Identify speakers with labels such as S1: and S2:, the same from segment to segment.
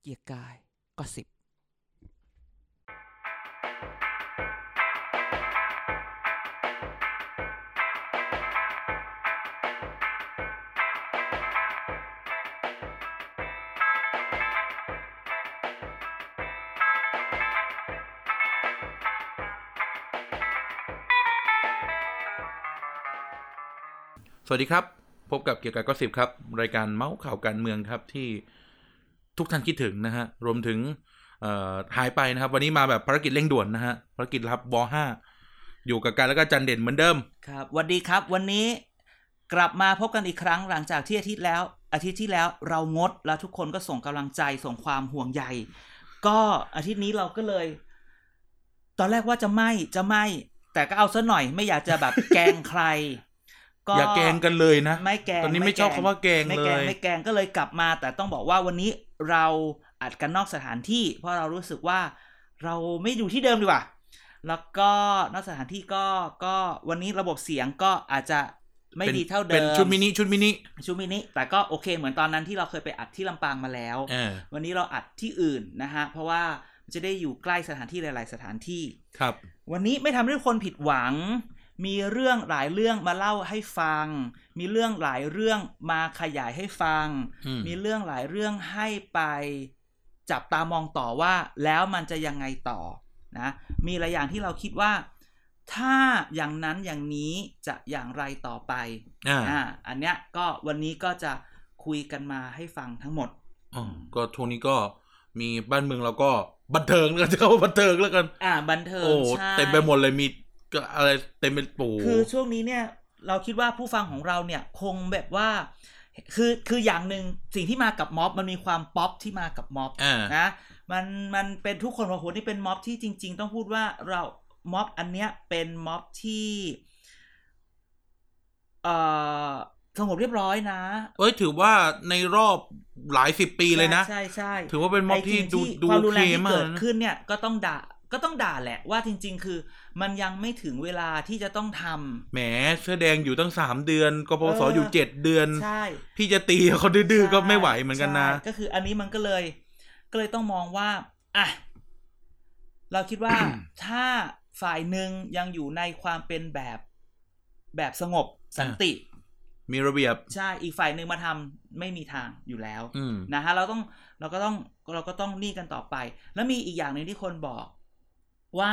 S1: เกียร์กายก็สิบ
S2: สวัสดีครับ พบกับเกียร์กายก็สิบครับ รายการเมาส์ข่าวการเมืองครับที่ทุกท่านคิดถึงนะฮะ รวมถึงเอ่อหายไปนะครับ วันนี้มาแบบภารกิจเร่งด่วนนะฮะ ภารกิจรับวห้าอยู่กับการแล้วก็จันเด่นเหมือนเดิม
S1: ครับสวัสดีครับ วันนี้กลับมาพบกันอีกครั้งหลังจากที่อาทิตย์แล้ว อาทิตย์ที่แล้วเรางดแล้วทุกคนก็ส่งกำลังใจส่งความห่วงใยก็อาทิตย์นี้เราก็เลย ตอนแรกว่าจะไม่จะไม่ แต่ก็เอาซะหน่อยไม่อยากจะแบบ แกล้งใคร ก็
S2: อย่าแกล้งกันเลยนะ
S1: ไม่แกล้ง
S2: ตอนนี้ไม่ชอบ
S1: แกล้ง
S2: คำว่าแกล้ง
S1: ไม่
S2: เล
S1: แกง
S2: ย
S1: ไม่แกงก็เลยกลับมาแต่ต้องบอกว่าวันนี้เราอัดกันนอกสถานที่ เพราะเรารู้สึกว่าเราไม่อยู่ที่เดิมดีกว่า แล้วก็นอกสถานที่ก็ก็วันนี้ระบบเสียงก็อาจจะไม่
S2: ป็น
S1: ดีเท่าเดิม
S2: เป็นชุดมินิชุดมินิ
S1: ชุดมินิแต่ก็โอเคเหมือนตอนนั้นที่เราเคยไปอัดที่ลำปางมาแล้ว
S2: เออ
S1: วันนี้เราอัดที่อื่นนะฮะเพราะว่ามันจะได้อยู่ใกล้สถานที่หลาย ๆ สถานที่
S2: ครับ
S1: วันนี้ไม่ทำให้ทุกคนผิดหวัง มีเรื่องหลายเรื่องมาเล่าให้ฟัง มีเรื่องหลายเรื่องมาขยายให้ฟัง
S2: อืม
S1: มีเรื่องหลายเรื่องให้ไปจับตามองต่อว่าแล้วมันจะยังไงต่อนะมีหลายอย่างที่เราคิดว่า ถ้าอย่างนั้นอย่างนี้จะอย่างไรต่อไป
S2: อ่า
S1: อ่าอันเนี้ยก็วันนี้ก็จะคุยกันมาให้ฟังทั้งหมด
S2: อ๋อก็ช่วงนี้ก็มีบ้านเมืองเราก็บันเทิงแล้วกันจะเข้าว่าบันเทิงแล้วกัน
S1: อ่าบันเทิง
S2: โอ้
S1: ใช่
S2: เต็มไปหมดเลยมีก็อะไรเต็มไปปู
S1: คือช่วงนี้เนี่ยเราคิดว่าผู้ฟังของเราเนี่ยคงแบบว่า คือคืออย่างหนึ่งสิ่งที่มากับม็อบมันมีความป๊อปที่มากับม็อบ
S2: อ่า
S1: นะมันมันเป็นทุกคนบอกโหนี่เป็นม็อบที่จริง ๆ ต้องพูดว่าเราม็อบอันเนี้ยเป็นม็อบที่เอ่อสงบเรียบร้อยนะ
S2: เอ้ยถือว่าในรอบหลายสิบปีเลยนะ
S1: ใช่ใช่
S2: ถือว่าเป็นม็อบที่ดู
S1: ไอ้สิ่ง
S2: ดู
S1: ความ
S2: โอ
S1: รุนแร
S2: เค
S1: งที่
S2: มาก
S1: เกิด
S2: นะ
S1: ขึ้นเนี่ยก็ต้องด่าก็ต้องด่าแหละว่าจริง ๆ คือ มันยังไม่ถึงเวลาที่จะต้องทำ
S2: แหมเสื้อแดงอยู่ตั้งสามเดือนกป
S1: เอ
S2: ส
S1: อ
S2: อ
S1: อ
S2: ยู่เจ็ดเดือน
S1: ใช่
S2: พี่จะตีเขาดื้อๆก็ไม่ไหวเหมือนกันนะ
S1: ใช่ก็คืออันนี้มันก็เลย ก็เลยต้องมองว่าอ่ะเราคิด ว่า ถ้าฝ่ายหนึ่งยังอยู่ในความเป็นแบบแบบสงบสันติ
S2: มีระเบียบ
S1: ใช่อีกฝ่ายหนึ่งมาทำไม่มีทางอยู่แล้ว
S2: อืม
S1: นะฮะเราต้องเราก็ต้องเราก็ต้องนี่กันต่อไป แล้วมีอีกอย่างหนึ่งที่คนบอก ว่า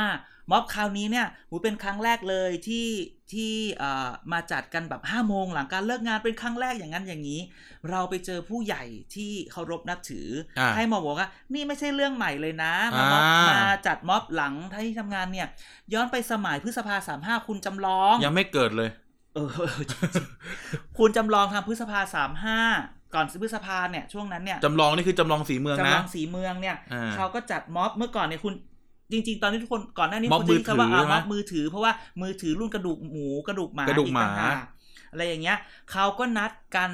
S1: ม็อบคราวนี้เนี่ยหูเป็นครั้งแรกเลยที่ที่เอ่อมาจัดกันแบบห้าโมงหลังการเลิกงานเป็นครั้งแรกอย่างนั้นอย่างนี้ เราไปเจอผู้ใหญ่ที่เคารพนับถืออา ให้มาบอกว่า นี่ไม่ใช่เรื่องใหม่เลยนะมาม็อบ
S2: อ่าม
S1: มาจัดม็อบหลังที่ทำงานเนี่ย ย้อนไปสมัยพฤษภาสามห้าคุณจำลอง
S2: ยังไม่เกิดเลย
S1: เอ อ คุณจำลองทำพฤษภาสามห้าก่อนพฤษภาเนี่ยช่วงนั้นเนี่ย
S2: จำลองนี่คือจำลองสีเมือง
S1: จำล
S2: นะ
S1: องสีเมืองเนี่ย
S2: อ่า
S1: เขาก็จัดม็อบเมื่อก่อนเนี่ยคุณจริง ๆ ตอนนี้ทุกคนก่อนหน้านี้
S2: ม็อบ
S1: คนจะเรียกกันว่าอ่า
S2: มือถือใช่ไหม
S1: ม็อบมือถือเพราะว่ามือถือรุ่นกระดูกหมูกระดูกหมาก
S2: ระดูกหมา
S1: อีต่งกอะไรอย่างเงี้ยเขาก็นัดกัน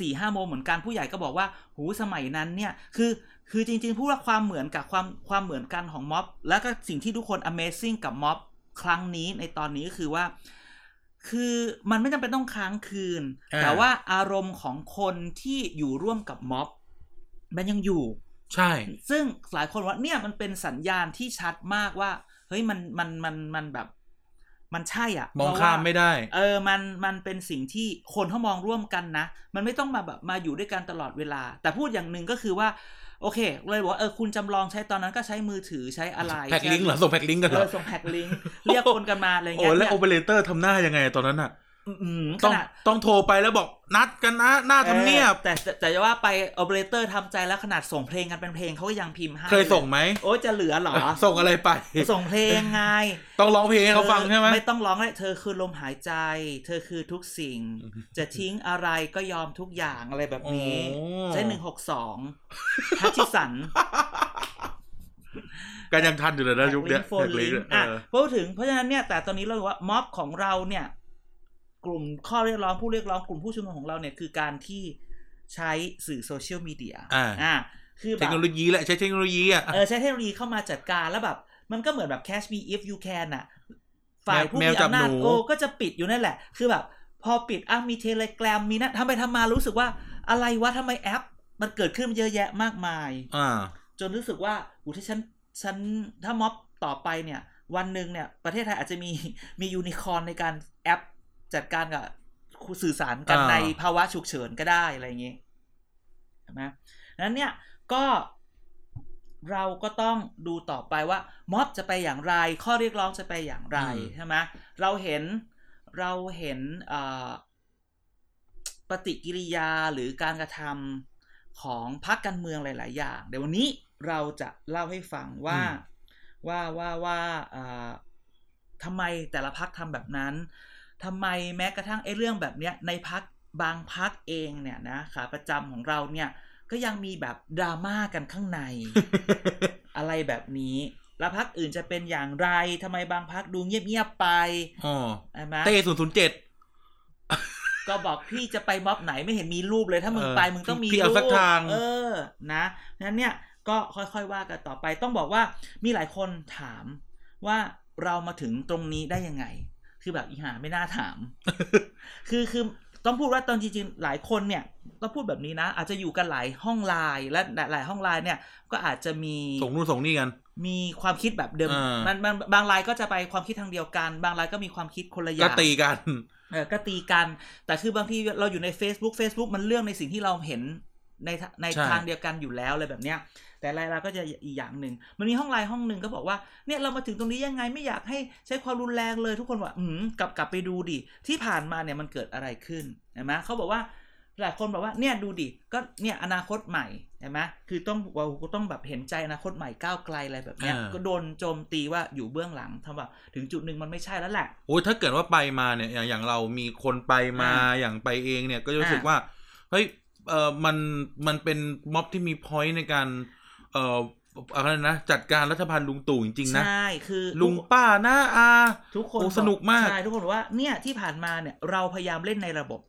S1: สี่ห้าโมงเหมือนกันผู้ใหญ่ก็บอกว่าหูสมัยนั้นเนี่ยคือคือจริง ๆ พูดว่าความเหมือนกับความความเหมือนกันของม็อบ แล้วก็สิ่งที่ทุกคน Amazing กับม็อบครั้งนี้ในตอนนี้ก็คือว่า คือมันไม่จำเป็นต้องค้างคืน
S2: อ่า
S1: แต่ว่าอารมณ์ของคนที่อยู่ร่วมกับม็อบ มันยังอยู่
S2: ใช่
S1: ซึ่งหลายคนว่าเนี่ยมันเป็นสัญญาณที่ชัดมากว่า เฮ้ยมันมันมันมันแบบ มันใช่อ่ะ
S2: มอง
S1: เพระ
S2: ข้าม
S1: ว่
S2: ไม่ได้
S1: เออมันมันเป็นสิ่งที่คนเขามองร่วมกันนะ มันไม่ต้องมาแบบมาอยู่ด้วยกันตลอดเวลา แต่พูดอย่างหนึ่งก็คือว่า โอเค เลยบอกว่าเออคุณจำลองใช้ตอนนั้นก็ใช้มือถือใช้อะไร
S2: แพ็กลิงก์เหรอ ส่งแพ็กลิงก์กันเห
S1: เอ
S2: รอ
S1: อส่งแพ็กลิงก์เรียกคนกันมาอะไรอย่าง
S2: โอ้
S1: เงี้ย
S2: แล้ว
S1: เนี่ย
S2: โอเปอเรเตอร์ทำหน้ายังไงตอนนั้นอ่ะ
S1: อืมข
S2: ต้อง
S1: นาด
S2: ต้องโทรไปแล้วบอกนัดกันนะหน้าทำเนียบ
S1: ออแต่แต่แต่จะว่าไปโอเปอเรเตอร์ทำใจแล้วขนาดส่งเพลงกันเป็นเพลงเขาก็ยังพิมพ์ให้
S2: เคยส่งไหม
S1: โอ้ยจะเหลือเหรอ
S2: ส่งอะไรไป
S1: ส่งเพลงไง
S2: ต้องร้องเพลงให้เขาฟังใช่ไหม
S1: เธอไม่ต้องร้องเลยเธอคือลมหายใจ เธอคือทุกสิ่ง จะทิ้งอะไรก็ยอมทุกอย่างอะไรแบบนี้
S2: โอ้
S1: ใช้หนึ่งหกสองทัชชิสัน
S2: กันยังทันอยู่เลยนะยุคเนี้ย
S1: โฟน
S2: แพ็กลิ
S1: ลิ
S2: ง
S1: ง
S2: ก์
S1: ก์
S2: เอ
S1: อ่ะ
S2: อ
S1: พูดถึงเพราะฉะนั้นเนี่ยแต่ตอนนี้เราบอกว่าม็อบของเราเนี่ย กลุ่มข้อเรียกร้องผู้เรียกร้องกลุ่มผู้ชุมนุมของเราเนี่ยคือการที่ใช้สื่อโซเชียลมีเดีย
S2: อ่า
S1: อ่าคือแบ
S2: เทค
S1: บ
S2: โนโลยีแหละใช้เทคโนโลยีอ่ะ
S1: เออใช้เทคโนโลยีเข้ามาจัดการแล้วแบบ มันก็เหมือนแบบ catch me if you can อ่ะ ฝ่ายผู้
S2: แมว
S1: มี
S2: จับ
S1: อำนาจ
S2: หนู
S1: โอ้ก็จะปิดอยู่นั่นแหละ คือแบบ พอปิดอ่ะมีเทเลกรมมีนะทำไปทำมารู้สึกว่าอะไรวะทำไมแอป มันเกิดขึ้นเยอะแยะมากมาย
S2: อ่า
S1: จนรู้สึกว่าอุยถ้าฉันฉันถ้าม็อบต่อไปเนี่ย วันหนึ่งเนี่ย ประเทศไทยอาจจะมี มียูนิคอร์นในการแอปจัดการกับสื่อสารกัน
S2: อ่า
S1: ในภาวะฉุกเฉินก็ได้อะไรอย่างนี้ใช่ไหมนั้นเนี่ยก็เราก็ต้องดูต่อไปว่า ม็อบจะไปอย่างไร ข้อเรียกร้องจะไปอย่างไรใช่ไหมเราเห็นเราเห็นเอ่อปฏิกิริยาหรือการกระทำของพรรคการเมืองหลาย ๆ อย่าง เดี๋ยววันนี้เราจะเล่าให้ฟังว่า
S2: อืม
S1: ว่าว่าว่าเอ่อทำไมแต่ละพักทำแบบนั้นทำไมแม้กระทั่งไอ้เรื่องแบบเนี้ยในพักบางพักเองเนี่ยนะขาประจำของเราเนี่ยก็ยังมีแบบดราม่ากัน ข้างใน อะไรแบบนี้ แล้วพักอื่นจะเป็นอย่างไร ทำไมบางพักดูเงียบๆไป
S2: อ๋อ
S1: ใช่ไหม
S2: เต้ศูนย์ศูนย์เจ็ด
S1: ก็บอกพี่จะไปม็อบไหนไม่เห็นมีรูปเลย ถ้ามึง
S2: เออ
S1: ไปมึงต้องมี
S2: พี่เอา
S1: รูป
S2: สักทาง
S1: เออ นะนั้นเนี่ย ก็ค่อยๆว่ากันต่อไป ต้องบอกว่ามีหลายคนถามว่าเรามาถึงตรงนี้ได้ยังไง คือแบบอีหาไม่น่าถาม คือคือต้องพูดว่าตอนจริงๆ หลายคนเนี่ยต้องพูดแบบนี้นะ อาจจะอยู่กันหลายห้องไลน์และหลายๆห้องไลน์เนี่ย ก็อาจจะมี
S2: ส่งนู่นส่งนี่กัน
S1: มีความคิดแบบเดิม
S2: อ่ามั
S1: มันมันบางรายก็จะไปความคิดทางเดียวกัน บางรายก็มีความคิดคนละอ
S2: ก็
S1: ย่าง
S2: ตีกัน
S1: เออก็ตีกัน แต่คือบางทีเราอยู่ใน Facebook Facebook มันเรื่องในสิ่งที่เราเห็นในทะใน
S2: ใช่
S1: ทางเดียวกันอยู่แล้วอะไรแบบเนี้ย แต่รายเราก็จะอีกอย่างหนึ่ง มันมีห้องไลน์ห้องหนึ่งก็บอกว่า เนี่ยเรามาถึงตรงนี้ยังไงไม่อยากให้ใช้ความรุนแรงเลยทุกคนว่า อืมกลับกลับไปดูดิ ที่ผ่านมาเนี่ยมันเกิดอะไรขึ้นเห็นไหมเขาบอกว่า หลายคนบอกว่าเนี่ยดูดิ ก็เนี่ยอนาคตใหม่เห็นไหมคือต้องเราก็ต้องแบบเห็นใจอนาคตใหม่ก้าวไกลอะไรแบบเนี้ย
S2: อ่า
S1: ก็โดนโจมตีว่าอยู่เบื้องหลังทำแบบถึงจุดหนึ่งมันไม่ใช่แล้วแหละ
S2: โอ้ยถ้าเกิดว่าไปมาเนี่ยอย่างอย่างเรามีคนไปมา
S1: อ่า
S2: อย่างไปเองเนี่ยก็จะรู้สึก
S1: อ่า
S2: ว่า เฮ้ยเออมันมันเป็นม็อบที่มีพอยต์ในการเอ่ออะไรนะ จัดการรัฐบาลลุงตู่จริงๆนะ
S1: ใช่คือ
S2: ลุงป้าน้าอา
S1: ทุกคน
S2: โอ้
S1: บอ
S2: สนุกมาก
S1: ใช่ทุกคนบอกว่าเนี่ยที่ผ่านมาเนี่ยเราพยายามเล่นในระบบ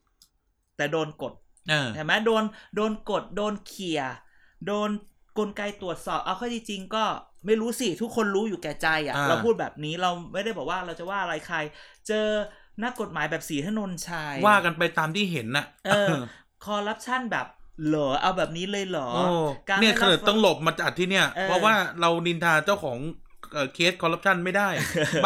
S1: แต่โดนกด
S2: เออ
S1: ใช่ไหมโดนโดนกดโดนเขี่ยโดนกลไกตรวจสอบเอาเข้าจริงๆก็ไม่รู้สิ ทุกคนรู้อยู่แก่ใจอะ่ะ
S2: อ่า
S1: เราพูดแบบนี้เราไม่ได้บอกว่าเราจะว่าอะไรใคร เจอนักกฎหมายแบบสีถนนชัย
S2: ว่ากันไปตามที่เห็นน่ะ
S1: เออ คอร์รัปชันแบบเหรอเอาแบบนี้เลยเหรอ
S2: โอ้
S1: การ
S2: เนี่ย
S1: ไม่รับ
S2: ขนาดต้องหลบมาจากที่เนี่ย
S1: เออ
S2: เพราะว่าเรานินทาเจ้าของเอ่อเคสคอร์รัปชันไม่ ได้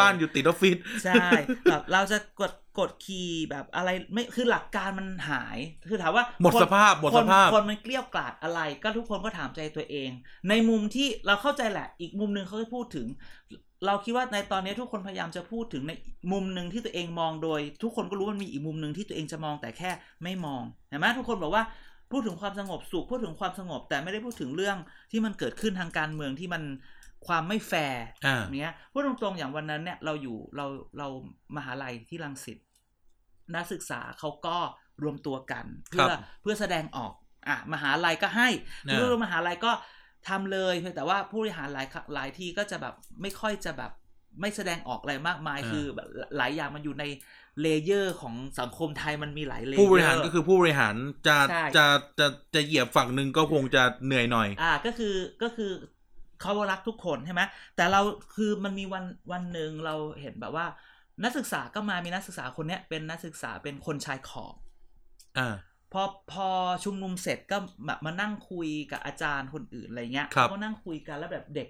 S2: บ้านอยู่ติดออฟฟิศ
S1: ใช่แบบเราจะกดกดขี่แบบอะไรไม่คือหลักการมันหาย คือถามว่า
S2: หมด
S1: คน
S2: สภาพหมด
S1: ค
S2: ส
S1: น
S2: ภาพ
S1: คนมันเกลี้ยวกล่อดอะไร ก็ทุกคนก็ถามใจตัวเอง ในมุมที่เราเข้าใจแหละ อีกมุมหนึ่งเขาก็พูดถึง เราคิดว่าในตอนนี้ทุกคนพยายามจะพูดถึงในมุมหนึ่งที่ตัวเองมองโดย ทุกคนก็รู้ว่ามันมีอีกมุมหนึ่งที่ตัวเองจะมองแต่แค่ไม่มองเห็นไหมทุกคนบอกว่าพูดถึงความสงบสุขพูดถึงความสงบ แต่ไม่ได้พูดถึงเรื่องที่มันเกิดขึ้นทางการเมืองที่มันความไม่แฟร์
S2: อ่า
S1: เนี้ยพูดตรงๆอย่างวันนั้นเนี่ยเราอยู่เราเรามหาลัยที่รังสิตนักศึกษาเขาก็รวมตัวกัน เพื่อ
S2: ครับ
S1: เพื่อแสดงออกอ่ะมหาลัยก็ให้
S2: อ่า
S1: เพื่อนมหาลัยก็ทำเลยเพียงแต่ว่าผู้บริหารหลายหลายที่ก็จะแบบไม่ค่อยจะแบบไม่แสดงออกอะไรมากมาย คือแบบหลายอย่างมันอยู่ในเลเยอร์ของสังคมไทยมันมีหลายเลเยอร์
S2: ผู้บริหารก็คือผู้บริหารจะ
S1: ใช่
S2: จะจะจะเหยียบฝั่งหนึ่งก็คงจะเหนื่อยหน่อย
S1: อ่าก็คือก็คือเขารักทุกคนใช่ไหมแต่เราคือมันมีวันวันหนึ่งเราเห็นแบบว่า นักศึกษาก็มามีนักศึกษาคนเนี้ยเป็นนักศึกษาเป็นคนชายขอบ
S2: อ่า
S1: พอพอชุมนุมเสร็จก็แบบมานั่งคุยกับอาจารย์คนอื่นอะไรเงี้ย
S2: ครับ
S1: ก็นั่งคุยกันแล้วแบบเด็ก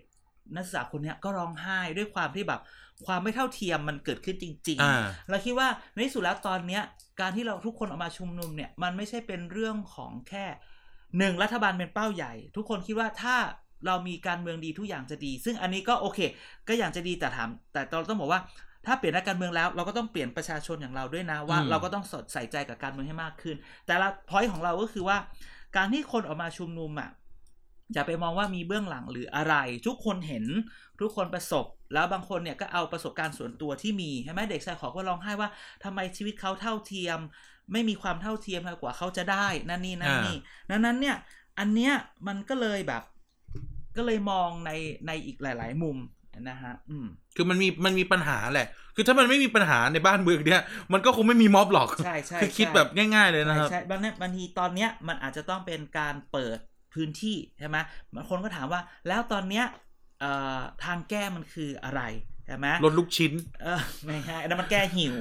S1: นักศึกษาคนเนี้ยก็ร้องไห้ด้วยความที่แบบความไม่เท่าเทียมมันเกิดขึ้นจริง ๆ
S2: อ่า
S1: เราคิดว่าในที่สุดแล้วตอนเนี้ยการที่เราทุกคนออกมาชุมนุมเนี่ยมันไม่ใช่เป็นเรื่องของแค่หนึ่งรัฐบาลเป็นเป้าใหญ่ ทุกคนคิดว่าถ้าเรามีการเมืองดีทุกอย่างจะดี ซึ่งอันนี้ก็โอเค ก็อย่างจะดีแต่ถาม แต่เราต้องบอกว่าถ้าเปลี่ยนนักการเมืองแล้ว เราก็ต้องเปลี่ยนประชาชนอย่างเราด้วยนะว่า
S2: อืม
S1: เราก็ต้องสดใส่ใจกับการเมืองให้มากขึ้น แต่ละพอยต์ของเราก็คือว่า การที่คนออกมาชุมนุมอ่ะอย่าไปมองว่ามีเบื้องหลังหรืออะไร ทุกคนเห็น ทุกคนประสบ แล้วบางคนเนี่ยก็เอาประสบการณ์ส่วนตัวที่มีใช่ไหมเด็กชายขอก็ร้องไห้ว่าทำไมชีวิตเขาเท่าเทียม ไม่มีความเท่าเทียมกว่าเขาจะได้นั่นนี่นั่นนี่ดังนั้นเนี่ย อันเนี้ยมันก็เลยแบบ ก็เลยมองในในอีกหลาย ๆ มุมนะฮะ อืม
S2: คือมันมีมันมีปัญหาแหละ คือถ้ามันไม่มีปัญหาในบ้านเมืองเนี่ย มันก็คงไม่มีม็อบหรอก
S1: ใช่ใช่
S2: คือคิด
S1: ใช่
S2: แบบง่าย ๆ เลยนะครับ
S1: ใช่บางเนี่ยบางทีตอนเนี้ยมันอาจจะต้องเป็นการเปิดพื้นที่ใช่ไหมบางคนก็ถามว่าแล้วตอนเนี้ยเอ่อทางแก้มันคืออะไรใช่ไหม
S2: รถลูกชิ้น
S1: เออไม่ใช่แล้วมันแก้หิว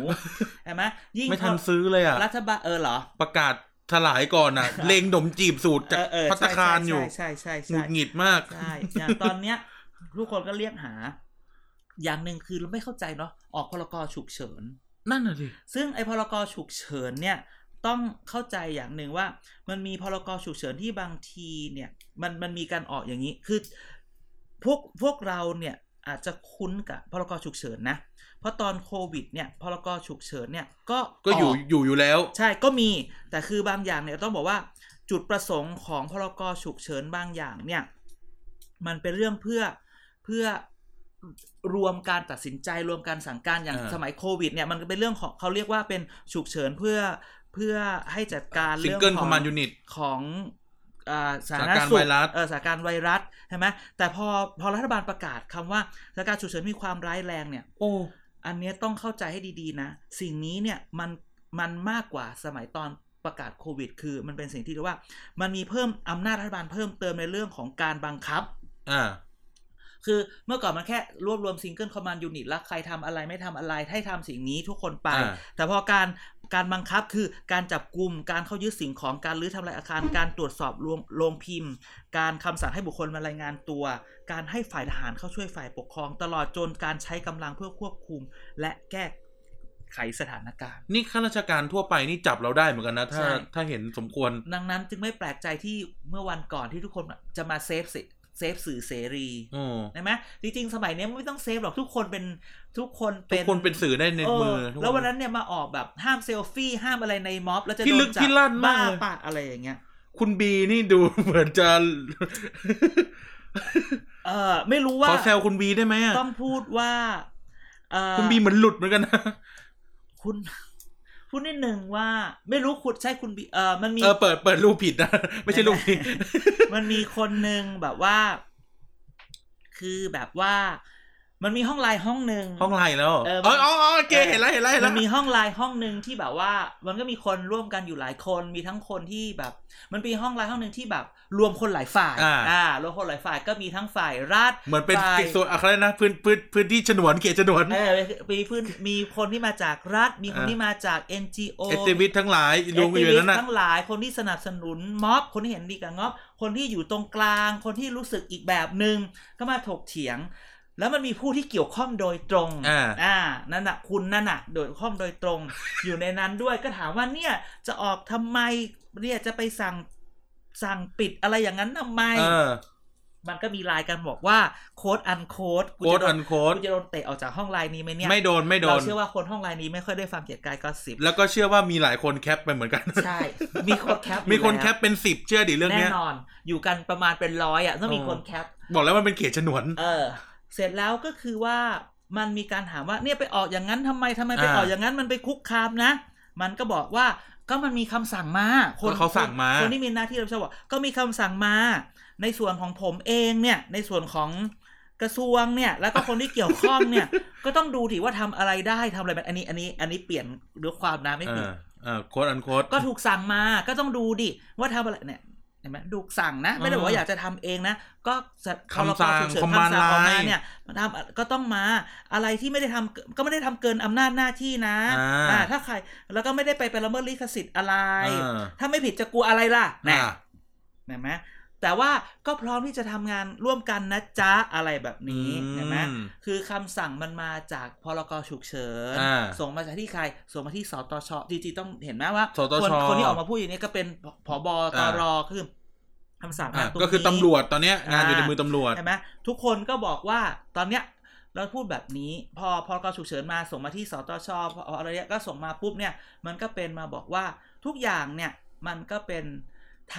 S1: ใช่ไหมยิ่ง
S2: ไม่ทัน
S1: พอ
S2: ซื้อเลยอ่ะ
S1: รัฐบาลเออเหรอ
S2: ประกาศ ถลายก่อนอ่ะ เลงหนมจีบสูตรจาก
S1: เออเออ
S2: พัตตาคารอยู่
S1: ใช่ใช่
S2: ห
S1: ใช่
S2: งุดหงิดมาก
S1: ใช่ใช่ใช่อย่างตอนเนี้ย ทุกคนก็เรียกหา อย่างหนึ่งคือเราไม่เข้าใจเนาะออกพรกฉุกเฉิน
S2: นั่นน่ะสิ
S1: ซึ่งไอ้พรกฉุกเฉินเนี่ยต้องเข้าใจอย่างหนึ่งว่า มันมีพรกฉุกเฉินที่บางทีเนี่ย มันมันมีการออกอย่างนี้คือพวกพวกเราเนี่ยอาจจะคุ้นกับพรกฉุกเฉินนะ เพราะตอนโควิดเนี่ยพรกฉุกเฉินเนี่ยก็
S2: ก็อยู่
S1: ก
S2: อยู่อยู่แล้ว
S1: ใช่ก็มีแต่คือบางอย่างเนี่ยต้องบอกว่าจุดประสงค์ของพรกฉุกเฉินบางอย่างเนี่ยมันเป็นเรื่องเพื่อเพื่อรวมการตัดสินใจรวมการสั่งการอย่าง
S2: อ่า
S1: สมัยโควิดเนี่ยมันก็เป็นเรื่องของเขาเรียกว่าเป็นฉุกเฉินเพื่อเพื่อให้จัดการ
S2: ซิง
S1: เรื่อง
S2: เกิล
S1: ข
S2: คอ
S1: อ
S2: ม
S1: ง
S2: มานด์ยูนิต
S1: ของอ่าสาธารณ
S2: สถานการณ์
S1: สุ
S2: ไว
S1: ข
S2: รัส
S1: เออสถานการณ์ไวรัสใช่ไหมแต่พอพอรัฐบาลประกาศคำว่าสถานการณ์ฉุกเฉินมีความร้ายแรงเนี่ย
S2: โอ้
S1: อันเนี้ยต้องเข้าใจให้ดีๆนะ สิ่งนี้เนี่ยมันมันมากกว่าสมัยตอนประกาศโควิด คือมันเป็นสิ่งที่เรียกว่า มันมีเพิ่มอำนาจรัฐบาลเพิ่มเติมในเรื่องของการบังคับ
S2: อ่า
S1: คือเมื่อก่อนมันแค่รวบรวมซิงเกิลคอมมานด์ยูนิตแล้วใครทำอะไรไม่ทำอะไรให้ทำสิ่งนี้ทุกคนไป
S2: อ่า
S1: แต่พอการการบังคับคือการจับกลุ่มการเข้ายึดสิ่งของการรื้อทำลายอาคาร การตรวจสอบโรงโรงพิมพ์ การคำสั่งให้บุคคลมารายงานตัว การให้ฝ่ายทหารเข้าช่วยฝ่ายปกครอง ตลอดจนการใช้กำลังเพื่อควบคุม และแก้ไขสถานการณ์
S2: นี่ข้าราชการทั่วไปนี่จับเราได้เหมือนกันนะ ถ้า
S1: ใช่
S2: ถ้าเห็นสมควร
S1: ดังนั้นจึงไม่แปลกใจที่เมื่อวันก่อนที่ทุกคนจะมาเซฟสิเซฟสื่อเสรี
S2: โอ้
S1: ใช่ไหมจริงๆ สมัยเนี้ยไม่ต้องเซฟหรอกทุกคนเป็นทุกคน
S2: ทุ
S1: เป็
S2: ก
S1: น
S2: คนเป็นสื่อได้ใน
S1: เออ
S2: มือ
S1: แล้ววัน
S2: ทุกค
S1: นั้นเนี่ยมาออกแบบห้ามเซลฟี่ห้ามอะไรในม็อบแล้วจะ
S2: ที่
S1: โด
S2: ลึ
S1: น
S2: ก
S1: จั
S2: ที่
S1: บ
S2: ลั่นมา
S1: บ้าก
S2: เลย
S1: ปะอะไรอย่างเงี้ย
S2: คุณบีนี่ดู เหมือนจะ
S1: เออไม่รู้
S2: ข
S1: ว่า
S2: อแซวคุณบีได้ไหมอะ
S1: ต้องพูดว่าเออ
S2: คุณบีเหมือนหลุดเหมือนกันนะ
S1: คุณ พูดนิดหนึ่งว่า ไม่รู้คุณใช่คุณบีเออมันมี
S2: เออเปิดเปิดรูปผิดนะ ไม่ใช่รูปนี้
S1: มันมีคนหนึ่งแบบว่า คือแบบว่า มันมีห้องไลน์ห้องหนึ่ง
S2: ห้องไลน์แล้ว
S1: เออมั
S2: อ๋อน อ๋อโอเคเห็นแล้วเห็นแล้วเห็น
S1: มั
S2: แล้
S1: น
S2: ว
S1: มีห้องไลน์ห้องหนึ่งที่แบบว่า มันก็มีคนร่วมกันอยู่หลายคนมีทั้งคนที่แบบ มันมีห้องไลน์ห้องหนึ่งที่แบบ รวมคนหลายฝ่ายรวมคนหลายฝ่ายก็มีทั้งฝ่ายรัฐ
S2: เหมือนเป็น
S1: ฝ่าย
S2: เขตโซนอะไรนะพื้นพื้นพื้นที่ฉนวนเขตฉนวน
S1: เออมีพื้นมีคนที่มาจากรัฐ มีคนที่มาจาก NGO
S2: เอสติวิททั้งหลายรวมกันอยู่ในนั้นน่ะ
S1: ทั้งหลายคนที่สนับสนุนม็อบคนที่เห็นดีกับม็อบคนที่อยู่ตรงกลาง คนที่รู้สึกอีกแบบหนึ่งก็มาถกเถียง แล้วมันมีผู้ที่เกี่ยวข้องโดยตรง
S2: อ่า
S1: อ่านั่นน่ะคุณนั่นน่ะโดยข้องโดยตรง อยู่ในนั้นด้วยก็ถามว่าเนี่ยจะออกทำไมเนี่ยจะไปสั่งสั่งปิดอะไรอย่างนั้นทำไม
S2: เออ
S1: มันก็มีไลน์กันบอกว่าโค้ดอันโค้ดกู
S2: โค้ด
S1: จะโด
S2: อั
S1: น
S2: นโค้ด
S1: กูจะโดนเตะออกจากห้องไลน์นี้ไหมเนี่ย
S2: ไม่โดนไม่โด
S1: เรา
S2: น
S1: เชื่อว่าคนห้องไลน์นี้ไม่ค่อยได้ฟังเกียรติกายก็สิบ
S2: แล้วก็เชื่อว่ามีหลายคนแคปไปเหมือนกัน
S1: ใช่ มีคนแคปอยู่
S2: มีคน
S1: ล้ว
S2: แคปเป็นสิบเชื่อดิเรื่อง
S1: แน่
S2: เนี้ย
S1: นอน อยู่กันประมาณเป็นร้อยอ่ะต้องมี
S2: เออ
S1: คนแคป
S2: บอกแล้วมันเป็นเขตฉนวน
S1: เออ เสร็จแล้วก็คือว่ามันมีการถามว่าเนี่ยไปออกอย่างนั้นทำไมทำไมไป
S2: อ่า
S1: ออกอย่างนั้นมันไปคุกคามนะ มันก็บอกว่าก็มันมีคำสั่งมา
S2: ก็เขาสั่งมา
S1: คนที่มีหน้าที่รับผิดชอบบอกก็มีคำสั่งมา ในส่วนของผมเองเนี่ย ในส่วนของกระทรวงเนี่ย แล้วก็คนที่เกี่ยวข้องเนี่ย ก็ต้องดูถิว่าทำอะไรได้ทำอะไรไม่อันนี้อันนี้ อันนี้เปลี่ยนเรื่องความนะไม่
S2: เอ
S1: เปลี่ยน
S2: อเออโค้ดอันโค้ด
S1: ก็ถูกสั่งมา ก็ต้องดูดิ ว่าทำอะไรเนี่ยเห็นไหมดูสั่งนะ ไม่ได้บอกว่าอยากจะทำเองนะ ก็สัตว์
S2: คำสั่ง
S1: พรกฉุกเฉิน
S2: command
S1: คำสั่งออกมา
S2: line
S1: เนี่ยมันทำก็ต้องมา อะไรที่ไม่ได้ทำก็ไม่ได้ทำเกินอำนาจหน้าที่นะ
S2: อ่า
S1: อ่าถ้าใคร แล้วก็ไม่ได้ไปไปละเมิดลิขสิทธิ์อะไร
S2: เออ
S1: ถ้าไม่ผิดจะกลัวอะไรล่ะแนะ
S2: อ่ะ
S1: เห็นไหมแต่ว่าก็พร้อมที่จะทำงานร่วมกันนะจ๊ะอะไรแบบนี้เห็นไหม
S2: อืม
S1: คือคำสั่งมันมาจากพรกฉุกเฉิน
S2: อ่า
S1: ส่งมาจากที่ใคร ส่งมาที่สตชจริงๆต้องเห็นไหมว่า
S2: สตช
S1: คนคนที่ออกมาพูดอย่างนี้ก็เป็นผบต
S2: อ่า
S1: รคือคำสั่ง
S2: อ่ะ
S1: มารงนี้
S2: ก็คือตำรวจตอนเนี้ยงาน
S1: อ่า
S2: อยู่ในมือตำรวจ
S1: ใช่ไหมทุกคนก็บอกว่าตอนเนี้ยเราพูดแบบนี้ พอพรกฉุกเฉินมาส่งมาที่สตชพออะไรเนี้ยก็ส่งมาปุ๊บเนี่ย มันก็เป็นมาบอกว่าทุกอย่างเนี่ยมันก็เป็น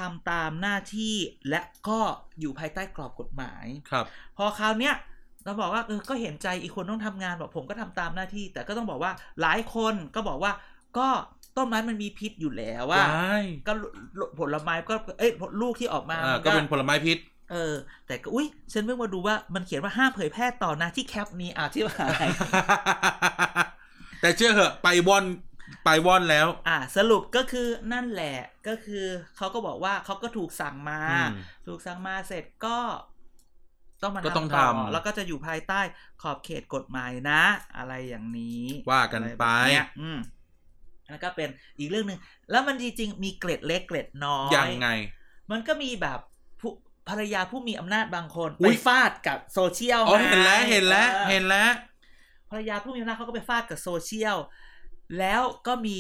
S1: ทำตามหน้าที่และก็อยู่ภายใต้กรอบกฎหมาย
S2: ครับ
S1: พอคราวเนี้ยเราบอกว่าเออก็เห็นใจอีกคนต้องทำงานบอกผมก็ทำตามหน้าที่ แต่ก็ต้องบอกว่าหลายคนก็บอกว่าก็ต้นไม้มันมีพิษอยู่แล้วว่า
S2: Why?
S1: ก็ผลไม้ก็เอ้ยลูกที่ออกมา
S2: อ่า
S1: มัน
S2: ก็เป็นผลไม้พิษ
S1: เออ แต่ก็อุ้ยฉันเพิ่งมาดูว่ามันเขียนว่าห้ามเผยแพร่ต่อนะที่แคปนี้อ่าที่ว่า อะไร
S2: แต่เชื่อเหอะไปวอนไปวอนแล้ว
S1: อ่าสรุปก็คือนั่นแหละก็คือเขาก็บอกว่าเขาก็ถูกสั่งมา
S2: อืม
S1: ถูกสั่งมาเสร็จก็ต้องมา
S2: ก็ต้อง
S1: ต่
S2: ทำ
S1: แล้วก็จะอยู่ภายใต้ขอบเขตกฎหมายนะ อะไรอย่างนี้
S2: ว่ากันไป
S1: อะไรแบบเนี้ยอืม นั่นก็เป็นอีกเรื่องหนึ่งแล้วมันจริงๆมีเกร็ดเล็กเกร็ดน้อย
S2: ยังไง
S1: มันก็มีแบบผู้ภรรยาผู้มีอำนาจบางคน
S2: อุ๊
S1: ไป
S2: ย
S1: ฟาดกับโซเชียล
S2: อ๋อ
S1: ไง
S2: เห็นแล้วเห็นแล้ว
S1: ออ
S2: เห็นแล้ว
S1: ภรรยาผู้มีอำนาจเขาก็ไปฟาดกับโซเชียล แล้วก็มี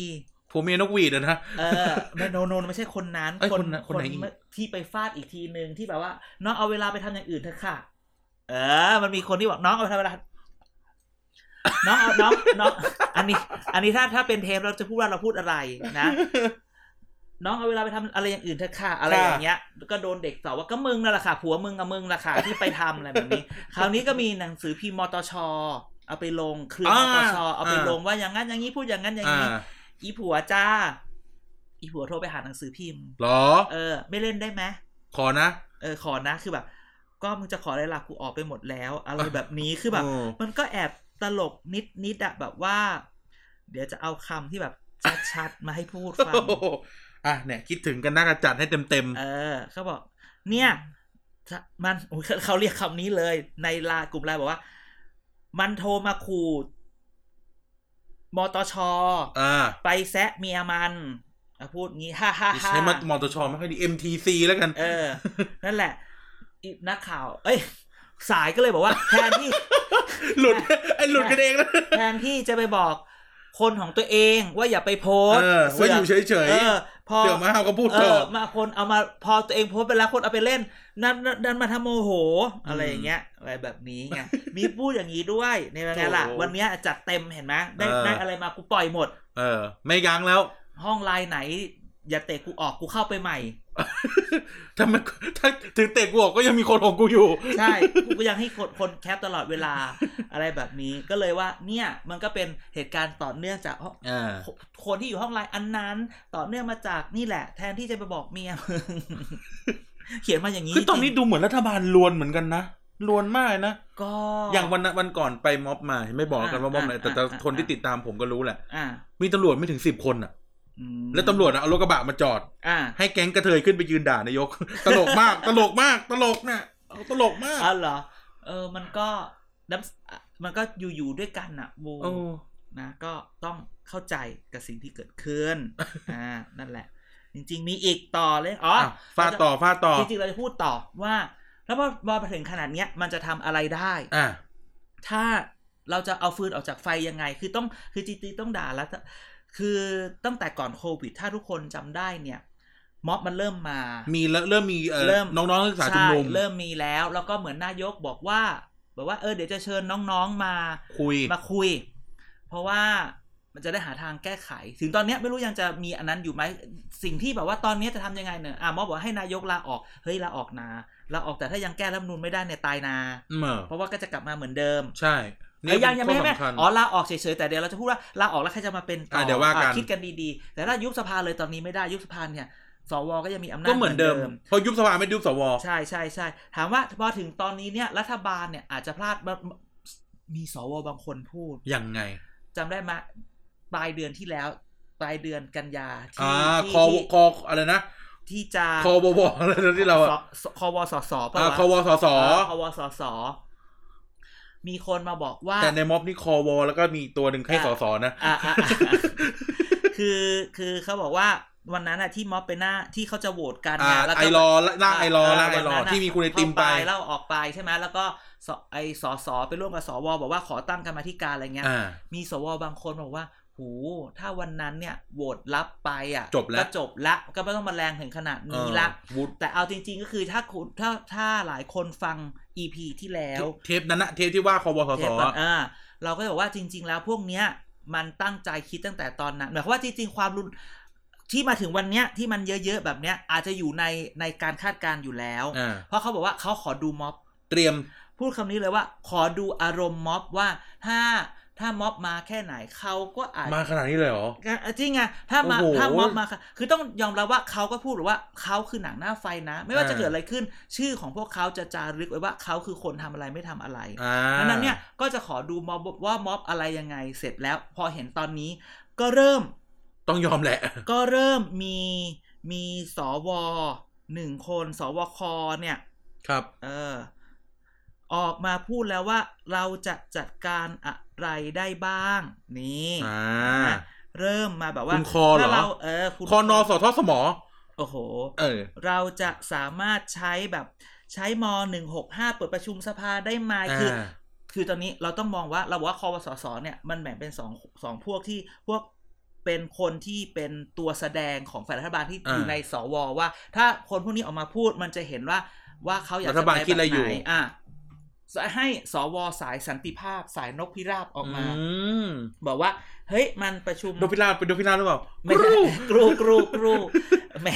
S2: ผัวเมียนกหวีดอะนะ
S1: เออไม่โนโนไม่ใช่คนนั้น
S2: เอ้ยคนนั้นคนไหนอีก
S1: เมื่อที่ไปฟาดอีกทีหนึ่งที่แบบว่า น้องเอาเวลาไปทำอย่างอื่นเถอะค่ะ เออ มันมีคนที่บอกน้องเอาไปทำเวลา น้องเอาน้องน้อง อันนี้ อันนี้ถ้าถ้าเป็นเทปเราจะพูดว่าเราพูดอะไรนะ น้องเอาเวลาไปทำอะไรอย่างอื่นเถอะค่ะ อะไรอย่างเงี้ย ก็โดนเด็กตอบว่าก็มึงนั่นแหละค่ะ ผัวมึงกับมึงนั่นแหละค่ะที่ไปทำอะไรแบบนี้ คราวนี้ก็มีหนังสือพิมพ์มตช เอาไปลงเครือม
S2: อ
S1: ต
S2: ่า
S1: ช เอาไป
S2: อ่า
S1: ลงว่าอย่างนั้นอย่างนี้พูดอย่างนั้นอย่าง
S2: อ่า
S1: นี้ อีผัวจ้า อีผัวโทรไปหาหนังสือพิมพ์
S2: เหรอ
S1: เออ ไม่เล่นได้ไหม
S2: ขอนะ
S1: เออ ขอนะ คือแบบ ก็มึงจะขออะไรล่ะกูออกไปหมดแล้ว อะไรแบบนี้ คือแบบ
S2: โ
S1: มันก็แอบตลกนิดนิดๆอะแบบว่า เดี๋ยวจะเอาคำที่แบบชัดๆ มาให้พูดฟัง
S2: โอ้โหอ่ะเนี่ย คิดถึงกันน่ากระจัดให้เต็มเต็มๆ
S1: เออ เขาบอก เนี่ย มันโอ้ยเขาเรียกคำนี้เลย ในไลน์กลุ่มไลน์บอกว่า มันโทรมาขู่มตช
S2: อ่า
S1: ไปแซะเมียมันอ่ะพูดงี้ ฮ่าฮ่าฮ่า
S2: ใช้มันมอเตอร์ชอไม่ค่อยดี MTC แล้วกัน
S1: เออ นั่นแหละอีนักข่าว เอ้ย สายก็เลยบอกว่า แทนที่
S2: หลุด ไอ้หลุดกันเองนะ
S1: แทนที่จะไปบอกคนของตัวเองว่าอย่าไปโพสต์
S2: เออว่าอยู่เฉยๆเ
S1: เออ พอ
S2: ดี๋ยวมาห้าวก็พูด
S1: เอ
S2: ต่อ
S1: อมาคนเอามาพอตัวเองโพสต์ไปแล้วคนเอาไปเล่นนั่นนั่นนั่นมาทำโมโห อะไรอย่างเงี้ยอะไรแบบนี้ไงมีพูดอย่างนี้ด้วยในวันนี้ล่ะ
S2: โอ้
S1: วันเนี้ยจัดเต็มเห็นไหมได้
S2: เออ
S1: ได้อะไรมากูปล่อยหมด
S2: เออ ไม่ยั้งแล้ว
S1: ห้องไลน์ไหน อย่าเตะกูออกกูเข้าไปใหม่
S2: ถ้ามันถ้าถึงเตะกูออกก็ยังมีคนของกูอยู่
S1: ใช่ กูก็ยังให้คนคนแคปตลอดเวลา อะไรแบบนี้ก็เลยว่าเนี่ยมันก็เป็นเหตุการณ์ต่อเนื่องจากห้อง
S2: อ่า
S1: คนที่อยู่ห้องไลน์อันนั้น ต่อเนื่องมาจากนี่แหละ แทนที่จะไปบอกเมียมึง เขียนมาอย่างนี้
S2: คือตอนนี้ดูเหมือนรัฐบาลลวนเหมือนกันนะลวนมากนะ
S1: ก็
S2: อย่างวันนะวันก่อนไปม็อบมาไม่บอกกันว่าม็อบไหน
S1: อ่า
S2: แต่แต่
S1: อ่า
S2: คนที่ติดตามผมก็รู้แหละ
S1: อ่า
S2: มีตำรวจไม่ถึงสิบคนอ่ะ
S1: อืม
S2: แล้วตำรวจอะเอารถกระบะมาจอด
S1: อ่า
S2: ให้แก๊งกระเทยขึ้นไปยืนด่านายก ตลกมาก ตลกมาก ตลกน่ะเอาตลกมาก
S1: อ๋อเหรอเออมันก็น้ำอ่ะมันก็อยู่ๆด้วยกันอ่ะบู
S2: โอ้
S1: นะก็ต้องเข้าใจกับสิ่งที่เกิดขึ้น อ่านั่นแหละ จริง ๆ มีอีกต่อเลยอ๋อ
S2: อ่ะฟาดต่อฟาดต่อ
S1: จริงๆเราจะพูดต่อว่าแล้วพอพอมาถึงขนาดเนี้ยมันจะทำอะไรได้
S2: อ่ะ
S1: ถ้าเราจะเอาฟืนออกจากไฟยังไง คือต้องคือจริงๆต้องด่าแล้วคือตั้งแต่ก่อนโควิด ถ้าทุกคนจำได้เนี่ย ม็อบมันเริ่มมา
S2: มีแล้วเริ่มมีเอ่อ
S1: เริ่ม
S2: น้องๆนักศึกษาชุม
S1: ใช่
S2: นุม
S1: เริ่มมีแล้ว แล้วก็เหมือนนายกบอกว่าบอกว่าเออเดี๋ยวจะเชิญน้องๆมา
S2: คุย
S1: มาคุย เพราะว่ามันจะได้หาทางแก้ไข ถึงตอนเนี้ยไม่รู้ยังจะมีอันนั้นอยู่ไหมสิ่งที่แบบว่าตอนเนี้ยจะทำยังไงเนี่ยอ่ะหมอบอกให้นายกลาออกเฮ้ยลาออกนะลาออกแต่ถ้ายังแก้รัฐธรรมนูนไม่ได้เนี่ยตายนา
S2: อืม
S1: เพราะว่าก็จะกลับมาเหมือนเดิม
S2: ใช่
S1: ไอ้ยังยัง
S2: เป็
S1: ไม่
S2: นข้อ
S1: ไม่
S2: สำคัญ
S1: อ๋อลาออกเฉยๆแต่เดี๋ยวเราจะพูดว่าลาออกแล้วใครจะมาเป็นต่อ
S2: อ่ะ
S1: อ่ะ
S2: เดี๋ยวว่ากัน
S1: คิดกันดีๆ แต่ถ้ายุบสภาเลยตอนนี้ไม่ได้ยุบสภาเนี่ยสวก็ยังมีอำนาจ
S2: ก็เหมือนเดิมเพอยุบสภาไม่ยุบสว
S1: ใช่ใช่ใช่ถามว่าพอถึงตอนนี้เนี่ยรัฐบาลเนี่ยอาจจะพลาดมามีสวบางคนพูด
S2: ยังไง
S1: จำได้ไหมปลายเดือนที่แล้ว ปลายเดือนกันยาที่
S2: อ่า
S1: ที่
S2: คอว
S1: ที่
S2: คออะไรนะ
S1: ที่จะ
S2: คอวบอะไรนะที่เราอะ
S1: สคอวสส
S2: อ่าว
S1: ปะะ
S2: คอวสส
S1: เออคอวสสมีคนมาบอกว่า
S2: แต่ในม็อบนี่คอวแล้วก็มีตัวหนึ่งให้สสนะ
S1: อ่ะอ่ะอ่ะคือคือเขาบอกว่าวันนั้นอะที่ม็อบไปหน้าที่เขาจะโหวตกัน
S2: อ่า
S1: นะแล้ว
S2: ไอ
S1: ก็
S2: รอล่างไอรอล่างไอรอ
S1: วันนั้นน่ะ
S2: ที่มีคุณไอติมไป
S1: เข้าแล้วออกไปใช่ไหมแล้วก็สไอสอสอไปร่วมกับสวบอกว่าขอตั้งกรรมาธิการอะไรเงี้ย
S2: อ่า
S1: มีสวบางคนบอกว่า หู ถ้าวันนั้นเนี่ยโหวตรับไปอ่ะ
S2: จบแล้ว
S1: ก็จบละก็ไม่ต้องมาแรงถึงขนาดนี้ละ
S2: เออวุฒ
S1: แต่เอาจริง ๆ ก็คือถ้าคุณถ้าถ้าหลายคนฟัง EP ที่แล้ว
S2: เทปนั้นนะเทปที่ว่าคอวส
S1: เท
S2: ส
S1: ปก่อนอ่าเราก็จะบอกว่าจริง ๆ แล้วพวกเนี้ย มันตั้งใจคิดตั้งแต่ตอนนั้นหมายความว่าจริง ๆ ความรุนที่มาถึงวันเนี้ยที่มันเยอะๆแบบเนี้ย อาจจะอยู่ในในการคาดการณ์อยู่แล้ว
S2: อ่า
S1: เพราะเขาบอกว่าเขาขอดูม็อบ
S2: เตรียม
S1: พูดคำนี้เลยว่า ขอดูอารมณ์ม็อบว่าถ้าถ้าม็อบมาแค่ไหนเขาก็อาจ
S2: มาขนาดนี้เลยเหรอ
S1: ก็จริงไงถ้ามา
S2: โอ้โห
S1: ถ้าม็อบมาค่ะคือต้องยอมรับว่าเขาก็พูดหรือว่าเขาคือหนังหน้าไฟนะ ไม่ว่า
S2: อ่า
S1: จะเกิดอะไรขึ้น ชื่อของพวกเขาจะจารึกไว้ว่าเขาคือคนทำอะไรไม่ทำอะไร
S2: อ่า
S1: ดังนั้นเนี่ยก็จะขอดูม็อบว่าม็อบอะไรยังไงเสร็จแล้ว พอเห็นตอนนี้ ก็เริ่ม
S2: ต้องยอมแหละ
S1: ก็เริ่มมีมีสวหนึ่งคนสวคเนี่ย
S2: ครับ
S1: เออ ออกมาพูดแล้วว่าเราจะจัดการอะไรได้บ้าง นี่
S2: อ่า
S1: นะ เริ่มมาแบบว่า
S2: คุณคอเหรอ
S1: ถ้าเราเออคุณ
S2: คอนอสอทอสมอ
S1: โอ้โห
S2: เออ
S1: เราจะสามารถใช้แบบใช้ม165 เปิดประชุมสภาได้ไหมคืออ
S2: อ่า
S1: คือตอนนี้เราต้องมองว่าเราบอกว่าคอวสสเนี่ยมันแบ่งเป็นสองสองพวกที่พวกเป็นคนที่เป็นตัวแสดงของฝ่ายรัฐบาลที่อ
S2: อ่า
S1: ยู่ในสวว่า ถ้าคนพวกนี้ออกมาพูดมันจะเห็นว่าว่าเขาอยาก
S2: รัฐบาล
S1: จป
S2: คิดอะไรอยู่
S1: แบบหนอ่ะให้สวสายสันติภาพสายนกพิราบออกมา
S2: อืม
S1: บอกว่า เฮ้ยมันประชุม
S2: โดพิราบเป็นโดพิราบหรือเปล่า
S1: ไม่ใช่
S2: รู้
S1: กรูกรูกรูแหม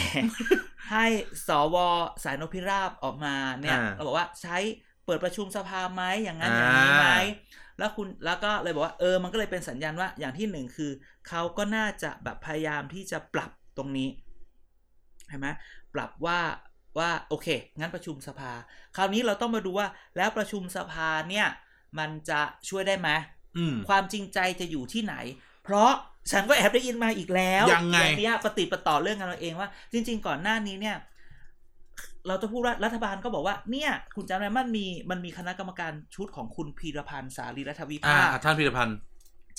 S1: ให้สวสายนพพิราบออกมาเนี่ย
S2: อ่า
S1: เราบอกว่าใช้เปิดประชุมสภาไหมอย่างนั้นอย่างนี้ไหม
S2: อ่า
S1: แล้วคุณแล้วก็เลยบอกว่าเออมันก็เลยเป็นสัญญาณว่าอย่างที่หนึ่งคือเขาก็น่าจะแบบพยายามที่จะปรับตรงนี้เห็นไหมปรับว่าว่าโอเค งั้นประชุมสภา คราวนี้เราต้องมาดูว่าแล้วประชุมสภาเนี่ยมันจะช่วยได้ไหม
S2: อืม
S1: ความจริงใจจะอยู่ที่ไหน เพราะฉันก็แอบได้ยินมาอีกแล้ว
S2: ยังไง
S1: เนี้ยปฏิดประต่อเรื่องกันเราเองว่า จริง ๆ ก่อนหน้านี้เนี่ย เราจะพูดว่ารัฐบาลก็บอกว่า เนี่ย คุณจำได้มันมีมันมีคณะกรรมการชุดของคุณพีรพันธ์สารีรัฐวิ
S2: อ่า
S1: ภาค
S2: ท่านพิรพันธ์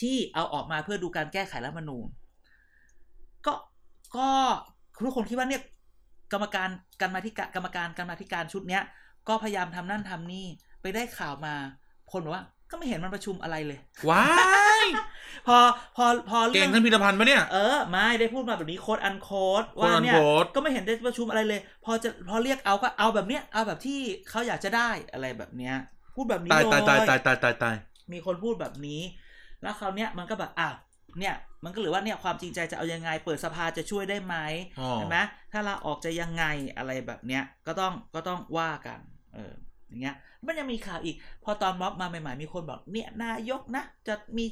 S1: ที่เอาออกมาเพื่อดูการแก้ไขรัฐธรรมนูญก็ก็ทุกคนคิดว่าเนี่ย กรรมการกรรมาธิการกรรมการกรรมาธิการชุดเนี้ย ก็พยายามทำนั่นทำนี่ ไปได้ข่าวมา คนบอกว่า ก็ไม่เห็นมันประชุมอะไรเลย
S2: ว้าย
S1: พอพอพอ
S2: เก่
S1: เรื่
S2: ง
S1: อง
S2: ท่านพิรพันธ์ปะเนี่ย
S1: เออไม่ได้พูดมาแบบนี้โค้ดอันโค้ด
S2: quote
S1: ว่าเนี่ย
S2: unquote
S1: ก็ไม่เห็นได้ประชุมอะไรเลย พอจะพอเรียกเอาก็เอาแบบเนี้ยเอาแบบที่เขาอยากจะได้อะไรแบบเนี้ย พูดแบบนี้
S2: ตาย
S1: เล
S2: ตาย
S1: ย
S2: ตายตายตายตายตาย
S1: มีคนพูดแบบนี้ แล้วคราวเนี้ยมันก็แบบอ้าวเนี่ย มันก็เหรือว่าเนี่ยความจริงใจจะเอายังไง เปิดสภาจะช่วยได้ไหม
S2: อ๋อ
S1: เห็นไหมถ้าลาออกจะยังไงอะไรแบบเนี้ยก็ต้องก็ต้องว่ากัน เอออย่างเงี้ยมันยังมีข่าวอีก พอตอนม็อบมาใหม่ๆมีคนบอกเนี่ยนายกนะจะมี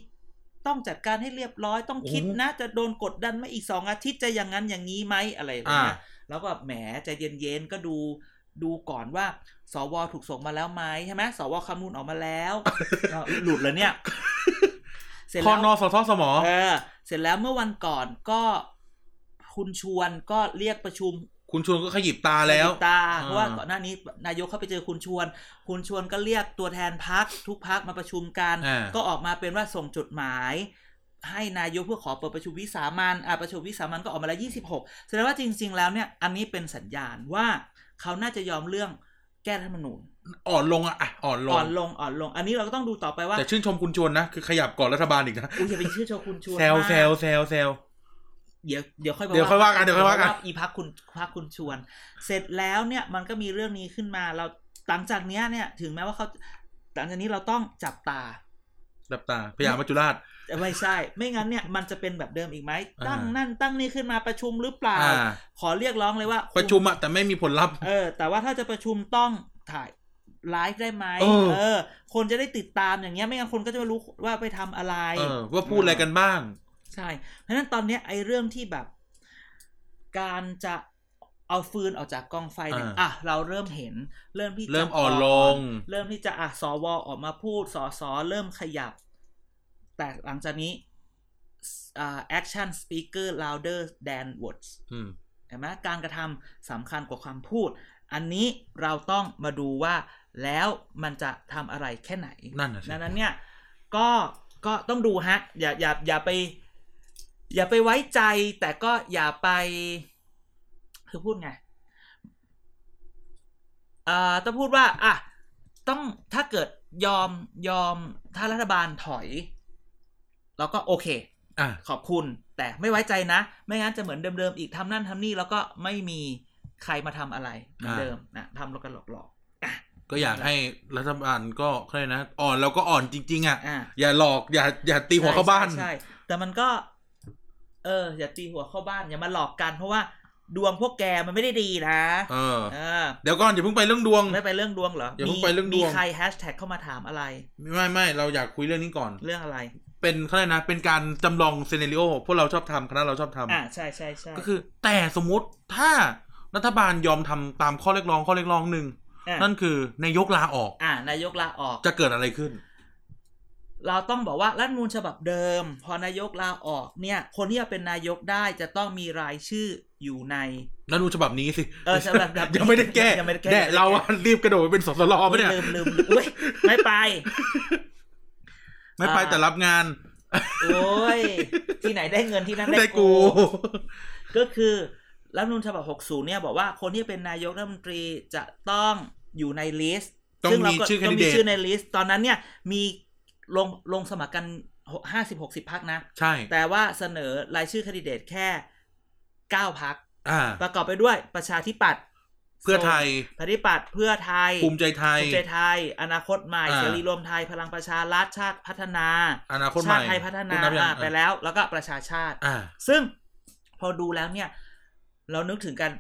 S1: ต้องจัดการให้เรียบร้อยต้องคิดนะ จะโดนกดดันไหมาอีกสองอาทิตย์จะอย่างนั้นอย่างนี้ไหมอะไรแบบเนี้ย
S2: อ่า
S1: แล้วก็แหมใจเย็นๆก็ดูดูก่อนว่า สวถูกส่งมาแล้วไหมใช่ไหมสวคำนูนออกมาแล้ว อ้าวหลุดแล้วเนี่ยเสร็จ
S2: คอ
S1: แล้ว
S2: นอสอทอสมอ
S1: เออ เสร็จแล้วเมื่อวันก่อนก็ คุณชวนก็เรียกประชุม
S2: คุณชวนก็ขยิบตาแล้ว
S1: คุณตาเพราะว่า
S2: อ่า
S1: ก่อนหน้านี้นายกเข้าไปเจอคุณชวน คุณชวนก็เรียกตัวแทนพักทุกพักมาประชุมกัน
S2: อ่า
S1: ก็ออกมาเป็นว่าส่งจดหมาย ให้นายกเพื่อขอเปิดประชุมวิสามันอ่าประชุมวิสามันก็ออกมาแล้วยี่สิบหกแสดงว่าจริง ๆ แล้วเนี่ย อันนี้เป็นสัญญาณว่าเขาน่าจะยอมเรื่องแก้รัฐธรรมนูญ
S2: อ่อนลงอะอ่ะอ่อนลง
S1: อ่อนลงอ่อนลง อันนี้เราก็ต้องดูต่อไปว่า
S2: แต่ชื่นชมคุณชวนนะ คือขยับก่อนรัฐบาลอีกนะ
S1: อุยอย่าไปชื่อโชคุณชวน
S2: แซว
S1: มาก
S2: แซวแซวแซว
S1: เดี๋ยวเดี๋ยวค่อย
S2: เดี๋ยวค่อยว่ากันเดี๋ยวค่อยว่ากัน
S1: อีพักคุณพักคุณชวน เสร็จแล้วเนี่ยมันก็มีเรื่องนี้ขึ้นมาเราหลังจากเนี้ยเนี่ยถึงแม้ว่าเขาหลังจากนี้เราต้องจับตา
S2: ดับตาพยามัจจุราช
S1: แต่ไม่ใช่ ไม่งั้นเนี่ยมันจะเป็นแบบเดิมอีกไหมตั้ง
S2: อ่านั่
S1: นั่นตั้งนี่ขึ้นมาประชุมหรือเปล่า
S2: อ่า
S1: ขอเรียกร้องเลยว่าคุณ
S2: ประชุมอะแต่ไม่มีผลลัพธ์
S1: เออ แต่ว่าถ้าจะประชุมต้องถ่ายไลฟ์ได้ไหม
S2: เออ
S1: เออ คนจะได้ติดตามอย่างเงี้ยไม่งั้นคนก็จะไม่รู้ว่าไปทำอะไร
S2: เออ ว่าพูดอะไรกันบ้าง
S1: ใช่ เพราะฉะนั้นตอนเนี้ยไอ้เรื่องที่แบบ การจะเอาฟืนออกจากกองไฟเนี่ย
S2: อ่า
S1: อ่ะเราเริ่มเห็น เริ่มที่จะ
S2: เริ่มอ่อนลง
S1: เริ่มที่จะอ่ะสวออกมาพูดสสเริ่มขยับ แต่หลังจากนี้สอ่า action speaker louder than words
S2: อืม
S1: เห็นไหมการกระทำสำคัญกว่าคำพูด อันนี้เราต้องมาดูว่าแล้วมันจะทำอะไรแค่ไหน
S2: นั่นน่ะสิ
S1: ดังนั้นเนี่ยก็ก็ต้องดูฮะ อย่าอย่าอย่าไป อย่าไปไว้ใจ แต่ก็อย่าไป คือพูดไงเอ่อต้องพูดว่า อ่ะ ต้องถ้าเกิดยอมยอมถ้ารัฐบาลถอย เราก็โอเค
S2: อ่ะ
S1: ขอบคุณแต่ไม่ไว้ใจนะ ไม่งั้นจะเหมือนเดิมๆอีกทำนั่นทำนี่แล้วก็ไม่มีใครมาทำอะไรเหมือน
S2: อ่า
S1: เดิมนะทำแล้วกันหลอก
S2: ก็อยากให้รัฐบาลก็ใครยกนะ อ่อนเราก็อ่อนจริง ๆ อ่ะ
S1: ๆอ่า
S2: อย่าหลอก อย่า อย่าตีหัวเข้าบ้าน
S1: ใช่ใช่ใช่แต่มันก็ เออ อย่าตีหัวเข้าบ้าน อย่ามาหลอกกันเพราะว่าดวงพวกแกมันไม่ได้ดีนะ
S2: เออ
S1: เออ
S2: เดี๋ยวก่อนอย่าเพิ่งไปเรื่องดวง
S1: ไม่ไปเรื่องดวงเหรอ
S2: อย่าเพิ่ง
S1: มี
S2: ไปเรื่องดวง
S1: มีใครแฮชแท็กเข้ามาถามอะไร
S2: ไม่ไม่เราอยากคุยเรื่องนี้ก่อน
S1: เรื่องอะไร
S2: เป็นเขาเรียกนะ เป็นการจำลอง ซีเนริโอพวกเราชอบทำคณะเราชอบทำ
S1: อ่าใช่ใช่ใช่
S2: ก็คือแต่สมมุติถ้ารัฐบาลยอมทำตามข้อเรียกร้องข้อเรียกร้องหนึ่ง
S1: ะ
S2: นั่นคือนายกลาออก
S1: อ่านายกลาออก
S2: จะเกิดอะไรขึ้น
S1: เราต้องบอกว่ารัฐธรรมนูญฉบับเดิม พอนายกลาออกเนี่ย คนที่จะเป็นนายกได้จะต้องมีรายชื่ออยู่ใน
S2: รัฐธรรมนูญฉบับนี้สิ
S1: เออฉบับแบบนี้
S2: ยังไม่ได้แก้
S1: ยังไม่ได้แก้
S2: เนี่ยเราอะรีบกระโดดไปเป็นสสรปะเนี่ย
S1: ลืมลืมอุ้ยไม่ไป
S2: ไม่ไป
S1: อ่า
S2: แต่รับงาน
S1: โอ้ย ที่ไหนได้เงินที่นั่น
S2: ได้
S1: ได้
S2: กู
S1: กู ก็คือรัฐธรรมนูญฉบับ 60 เนี่ย บอกว่าคนที่เป็นนายกรัฐมนตรีจะต้องอยู่ในลิสต์
S2: ต้อง
S1: ซึ่เรา
S2: มี
S1: ก็
S2: ชื่อ
S1: ต้อ
S2: candidate
S1: งมีชื่อในลิสต์ ตอนนั้นเนี่ย มีลงลงสมัครกันห้าสิบหกสิบพักนะ
S2: ใช่
S1: แต่ว่าเสนอรายชื่อแคนดิเดตแค่เก้าพัก
S2: อ่า
S1: ประกอบไปด้วยประชาธิปัตย์
S2: เพื่อไทย
S1: ประชาธิปัตย์เพื่อไทย
S2: ภูมิใจไทย
S1: ภูมิใจไทย อนาคตใหม่
S2: อ่า
S1: เสรีรวมไทยพลังประชารัฐชาติพัฒนา
S2: อนาคตให
S1: ชา
S2: ม่
S1: ติไทยพัฒนา
S2: คุณบยัง
S1: อ่ะไปแล้ว แล้วก็ประชาชาติ
S2: อ่า
S1: ซึ่งพอดูแล้วเนี่ย เรานึกถึงการ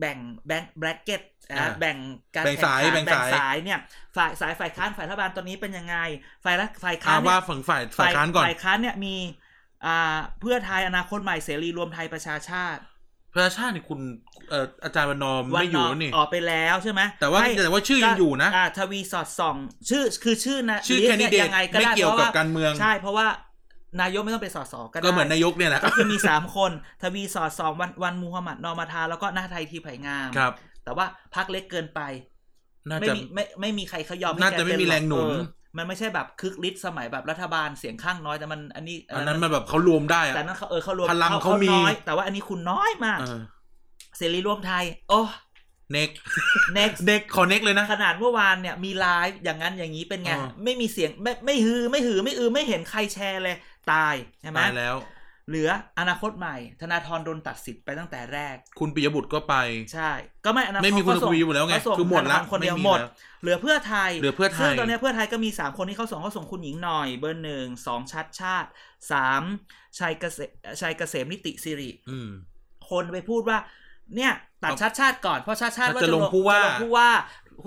S1: แบ่งแบ่งแบรกเก็ต
S2: อ่า
S1: นะแบ่งการ
S2: แบ่งสาย
S1: ข่ขั
S2: แบ่
S1: น
S2: ง
S1: แบ่
S2: สาง ย
S1: สายเนี่ย ฝ่ายสายฝ่ายค้านฝ่ายรัฐบาลตอนนี้เป็นยังไง ฝ่ายรัฐฝ่าย
S2: อ่า
S1: ค้านเนี่
S2: ว่าย ฝั่งฝ่ายฝ่ายค้านก่อน
S1: ฝ่ายค้านเนี่ยมีอ่าเพื่อไทยอนาคตใหม่เสรีรวมไทยประชาชาติ
S2: ประชาชาตินี่คุณเอ่ออาจารย์วันนอมไม่อยู่แล้วนี่
S1: ออกไปแล้วใช่ไหม
S2: แต่ว่า
S1: ให้
S2: แต่ว่าชื่อยังอยู่นะ
S1: อ่าทวีสอดส่อง ชื่อคือชื่อนะ
S2: ชื่อ
S1: ลิส
S2: แค
S1: ต์
S2: นดิ
S1: เนี่ย
S2: เดต
S1: ยังงก็
S2: ไม่
S1: ด้
S2: เกี่ยว
S1: พราะ
S2: กับ
S1: ว่า
S2: การเมือง
S1: ใช่เพราะว่านายกไม่ต้องเป็นสสก็ได้
S2: ก็เหมือนนายกเนี่ยแหละ
S1: ก็คือมีสามคนทวีสอดสองวันวันมูฮัมหมัดนอมาทา แล้วก็หน้าไทยทีไผ่งาม
S2: ครับ
S1: แต่ว่าพักเล็กเกินไป
S2: น่า
S1: ไม่
S2: จะ
S1: มีไม่ไม่มีใครเขายอมให้
S2: น่าจะ
S1: แกเป็
S2: ไม่มีแรงหนุน
S1: เออมันไม่ใช่แบบคึกฤทธิ์สมัยแบบรัฐบาลเสียงข้างน้อยแต่มันอันนี้
S2: อันนั้นมันแบบเขารวมได้อะ
S1: แต่นั้นเขาเออเขารวม
S2: พลังเขามี
S1: น้อยแต่ว่าอันนี้คุณน้อยมาก เสรีรวมไทย โอ้
S2: เน็ก
S1: next
S2: เน็กขอเน็กเลยนะ
S1: ขนาดเมื่อวานเนี่ยมีไลฟ์อย่างนั้นอย่างนี้เป็นไง
S2: อ่า
S1: ไม่มีเสียงไม่ไม่ฮือไม่หือไม่อือไม่เห็นใครแชร์เลยตายใช่ไหม
S2: ตายแล้ว
S1: เหลืออนาคตใหม่ ธนาธรโดนตัดสิทธิ์ไปตั้งแต่แรก
S2: คุณปิยบุตรก็ไป
S1: ใช่ ก็ไม่อนาต
S2: ไม่มีคุณ
S1: เขาส่ง
S2: คุยอยู่แล้วไง
S1: เขาส่
S2: คือหมด
S1: ธ
S2: ละ
S1: นาธรคนเดียว
S2: ไม่มี
S1: หมด
S2: แล้ว
S1: เหลือเพื่อไทย
S2: เหลือเพื่อไทย
S1: ซึ่งตอนนี้เพื่อไทยก็มี 3 คนที่เขาส่งเขาส่งคุณหญิงหน่อย เบอร์หนึ่งสองชัดชาติสามชัยเกษชัยเกษมนิติสิริ
S2: อืม
S1: คนไปพูดว่า เนี่ยตัดชัดชาติก่อนเพราะชัดชาติ
S2: จะ
S1: ว่า
S2: ลงผู้ว่า
S1: จะลงผู้ว่า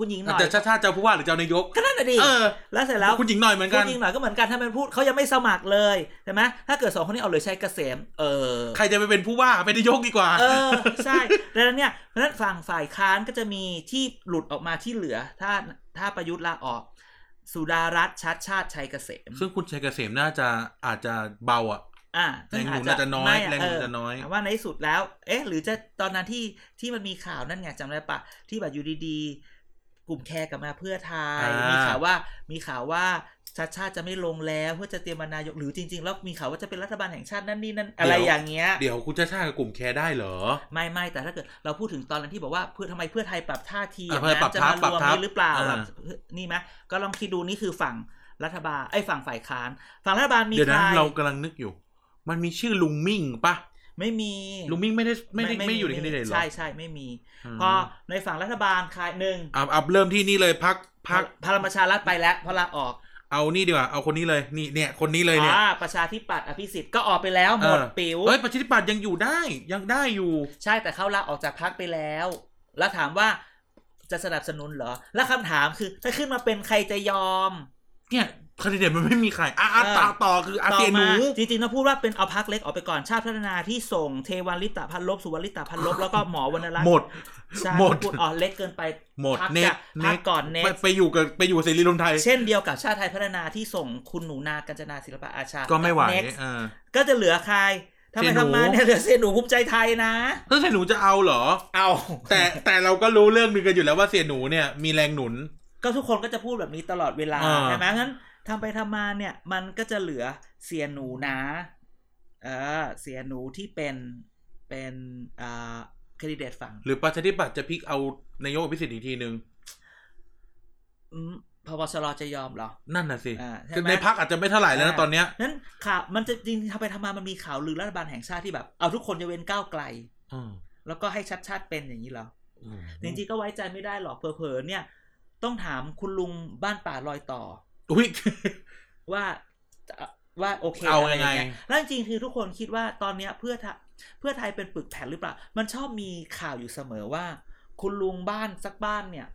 S1: คุณหญิงหน่อย
S2: แต่ชาติชาติเจ้าผู้ว่าหรือเจ้านายก
S1: ก็นั่นแหะดิ
S2: เออ
S1: แล้วเสร็จแล้ว
S2: คุณหญิงหน่อยเหมือนกัน
S1: คุณหญิงหน่อยก็เหมือนกันถ้าเป็นพูดเขายังไม่สมัครเลยใช่ไหมถ้าเกิดสองคนนี้เอาเลยชัยเกษม เออ
S2: ใครจะไปเป็นผู้ว่าเป็นนายกดีกว่า
S1: เออ ใช่ดังนั้นเนี่ยเพราะฉะนั้นฝั่งฝ่ายค้านก็จะมีที่หลุดออกมาที่เหลือ ถ้าถ้าประยุทธ์ลาออก สุดารัตน์ชัดชาติชัยเกษม
S2: ซึ่งคุณชัยเกษมน่าจะอาจจะเบาอ่ะ
S1: อ่า
S2: แรงหนุนอาจจะน้อยแรงหนุนจะน้อย
S1: ว่าในที่สุดแล้ว เอ๊ะ หรือจะตอนนั้นที่ที่มันมีข่าวนั่นไงจำได้ปะ ที่แบบอยู่ดีๆ กลุ่มแคร์กลับมาเพื่อไทย มีข่าวว่ามีข่าวว่าชัดชาติจะไม่ลงแล้วเพื่อจะเตรียมมานายกหรือจริง ๆ แล้วมีข่าวว่าจะเป็นรัฐบาลแห่งชาตินั่นนี่นั่นอะไรอย่างเงี้ย
S2: เดี๋ยวคุณชาติชาติกับกลุ่มแคร์ได้เหรอ
S1: ไม่ไม่แต่ถ้าเกิดเราพูดถึงตอนนั้นที่บอกว่าเพื่อทำไมเพื่อไทยปรับท่าทีอ
S2: อ่ะ
S1: ย่าง
S2: เพื่อ
S1: นั้
S2: ปรับ
S1: นจะ
S2: ทั
S1: มาร
S2: พ
S1: วม
S2: ปรับทัพ
S1: นี่หรือเปล่า
S2: อ่า
S1: แบบนี่ไหมก็ลองคิดดูนี่คือฝั่งรัฐบาลไอ้ยฝั่งฝ่ายค้าน ฝั่งรัฐบาลมี
S2: เดี๋ยว
S1: ใคร
S2: นะเรากำลังนึกอยู่ มันมีชื่อลุงมิ่งปะ
S1: ไม่มี
S2: ลุงมิ่งไม่ได้ไม่ได้ไม่อยู่ในแคนดิเดตหรอ
S1: ใช่ใช่ไม่มี
S2: ม
S1: พอในฝั่งรัฐบาลใครหนึ่ง
S2: อ่ะอ่ะเริ่มที่นี่เลยพักพัก
S1: พลังประชารัฐไปแล้วเพราะลาออก
S2: เอานี่ดีกว่าเอาคนนี้เลยนี่เนี่ยคนนี้เลยเนี่ย
S1: อ่าประชาธิปัตย์อภิสิทธิ์ก็ออกไปแล้วหมด
S2: เออ
S1: ปิ๋ว
S2: เอ้ยประชาธิปัตย์ยังอยู่ได้ยังได้อยู่
S1: ใช่แต่เขาลาออกจากพรรคไปแล้ว แล้วถามว่าจะสนับสนุนเหรอ แล้วคำถามคือถ้าขึ้นมาเป็นใครจะยอม
S2: เนี่ยแคนดิเดตมันไม่มีใครอ่ะอ่ะ
S1: เออ
S2: ต่อต่อคืออา
S1: ต่
S2: เตี
S1: อย
S2: หนู
S1: มาจริงๆต้องพูดว่าเป็นเอาพักเล็กออกไปก่อนชาติพัฒนาที่ส่งเทวันลิตาพันลบสุวรรณลิตาพันลบแล้วก็หมอวรรณรัตน์
S2: หมด
S1: ใช่
S2: หมด
S1: พูดอ๋อเล็กเกินไป
S2: หมด
S1: พัก
S2: เน็
S1: จะ
S2: ก
S1: พั
S2: เน็
S1: กก่อนเน็
S2: ไป
S1: ก
S2: ไปอยู่กับไปอยู่เสรีรวมไทย
S1: เช่นเดียวกับชาติไทยพัฒนาที่ส่งคุณหนูนากัญจนาศิลปะอาชา
S2: ก็ไม่ไหว
S1: บ Next
S2: เออ
S1: ก็จะเหลือใครทำ
S2: เสี่
S1: ไม
S2: ยหนู
S1: ทำมาเนี่ยเหลือเซยนหนูภูมิใจไทยนะ
S2: แล้วเสียหนูจะเอาเหรอ
S1: เอา
S2: แต่แต่เราก็รู้เรื่องหนึงกันอยู่แล้วว่าเสียหนูเนี่ยมีแรงหนุน
S1: ก็ทุกคนก็จะพูดแบบนี้ตลอดเวลา
S2: อ่า
S1: ใช่ไหมงั้นทำไปทำมาเนี่ย มันก็จะเหลือเสียหนูนะ เออเสียหนูที่เป็นเป็นอ่าคดิเดตฝั่ง
S2: หรือประชาธิปัตย์จะพลิกเอานายกอภิสิทธิ์อีกทีนึง
S1: อืมพบชรจะยอมเหรอ
S2: นั่นน่ะสิ
S1: อ่าใช่ไหม
S2: คือในพักอาจจะไม่เท่าไหร่แล้วนะ
S1: อ่า
S2: ตอนเนี้ย
S1: นั้นข่าวมันจะจริงๆทำไปทำมามันมีข่าวลือรัฐบาลแห่งชาติที่แบบ เอาทุกคนจะเว้นก้าวไกล
S2: อืม
S1: แล้วก็ให้ชัดชาติเป็นอย่างนี้เหรอ จริงๆก็ไว้ใจไม่ได้หรอกเผลอๆเนี่ย ต้องถามคุณลุงบ้านป่าลอยต่อ
S2: อุ้ย
S1: ว่าว่าโอเค
S2: เอา
S1: ะร
S2: ยังไง
S1: งี้แล้วจริงๆคือทุกคนคิดว่าตอนเนี้ยเพื่อไทยเพื่อไทยเป็นปึกแผ่นหรือเปล่า มันชอบมีข่าวอยู่เสมอว่า คุณลุงบ้านสักบ้านเนี่ย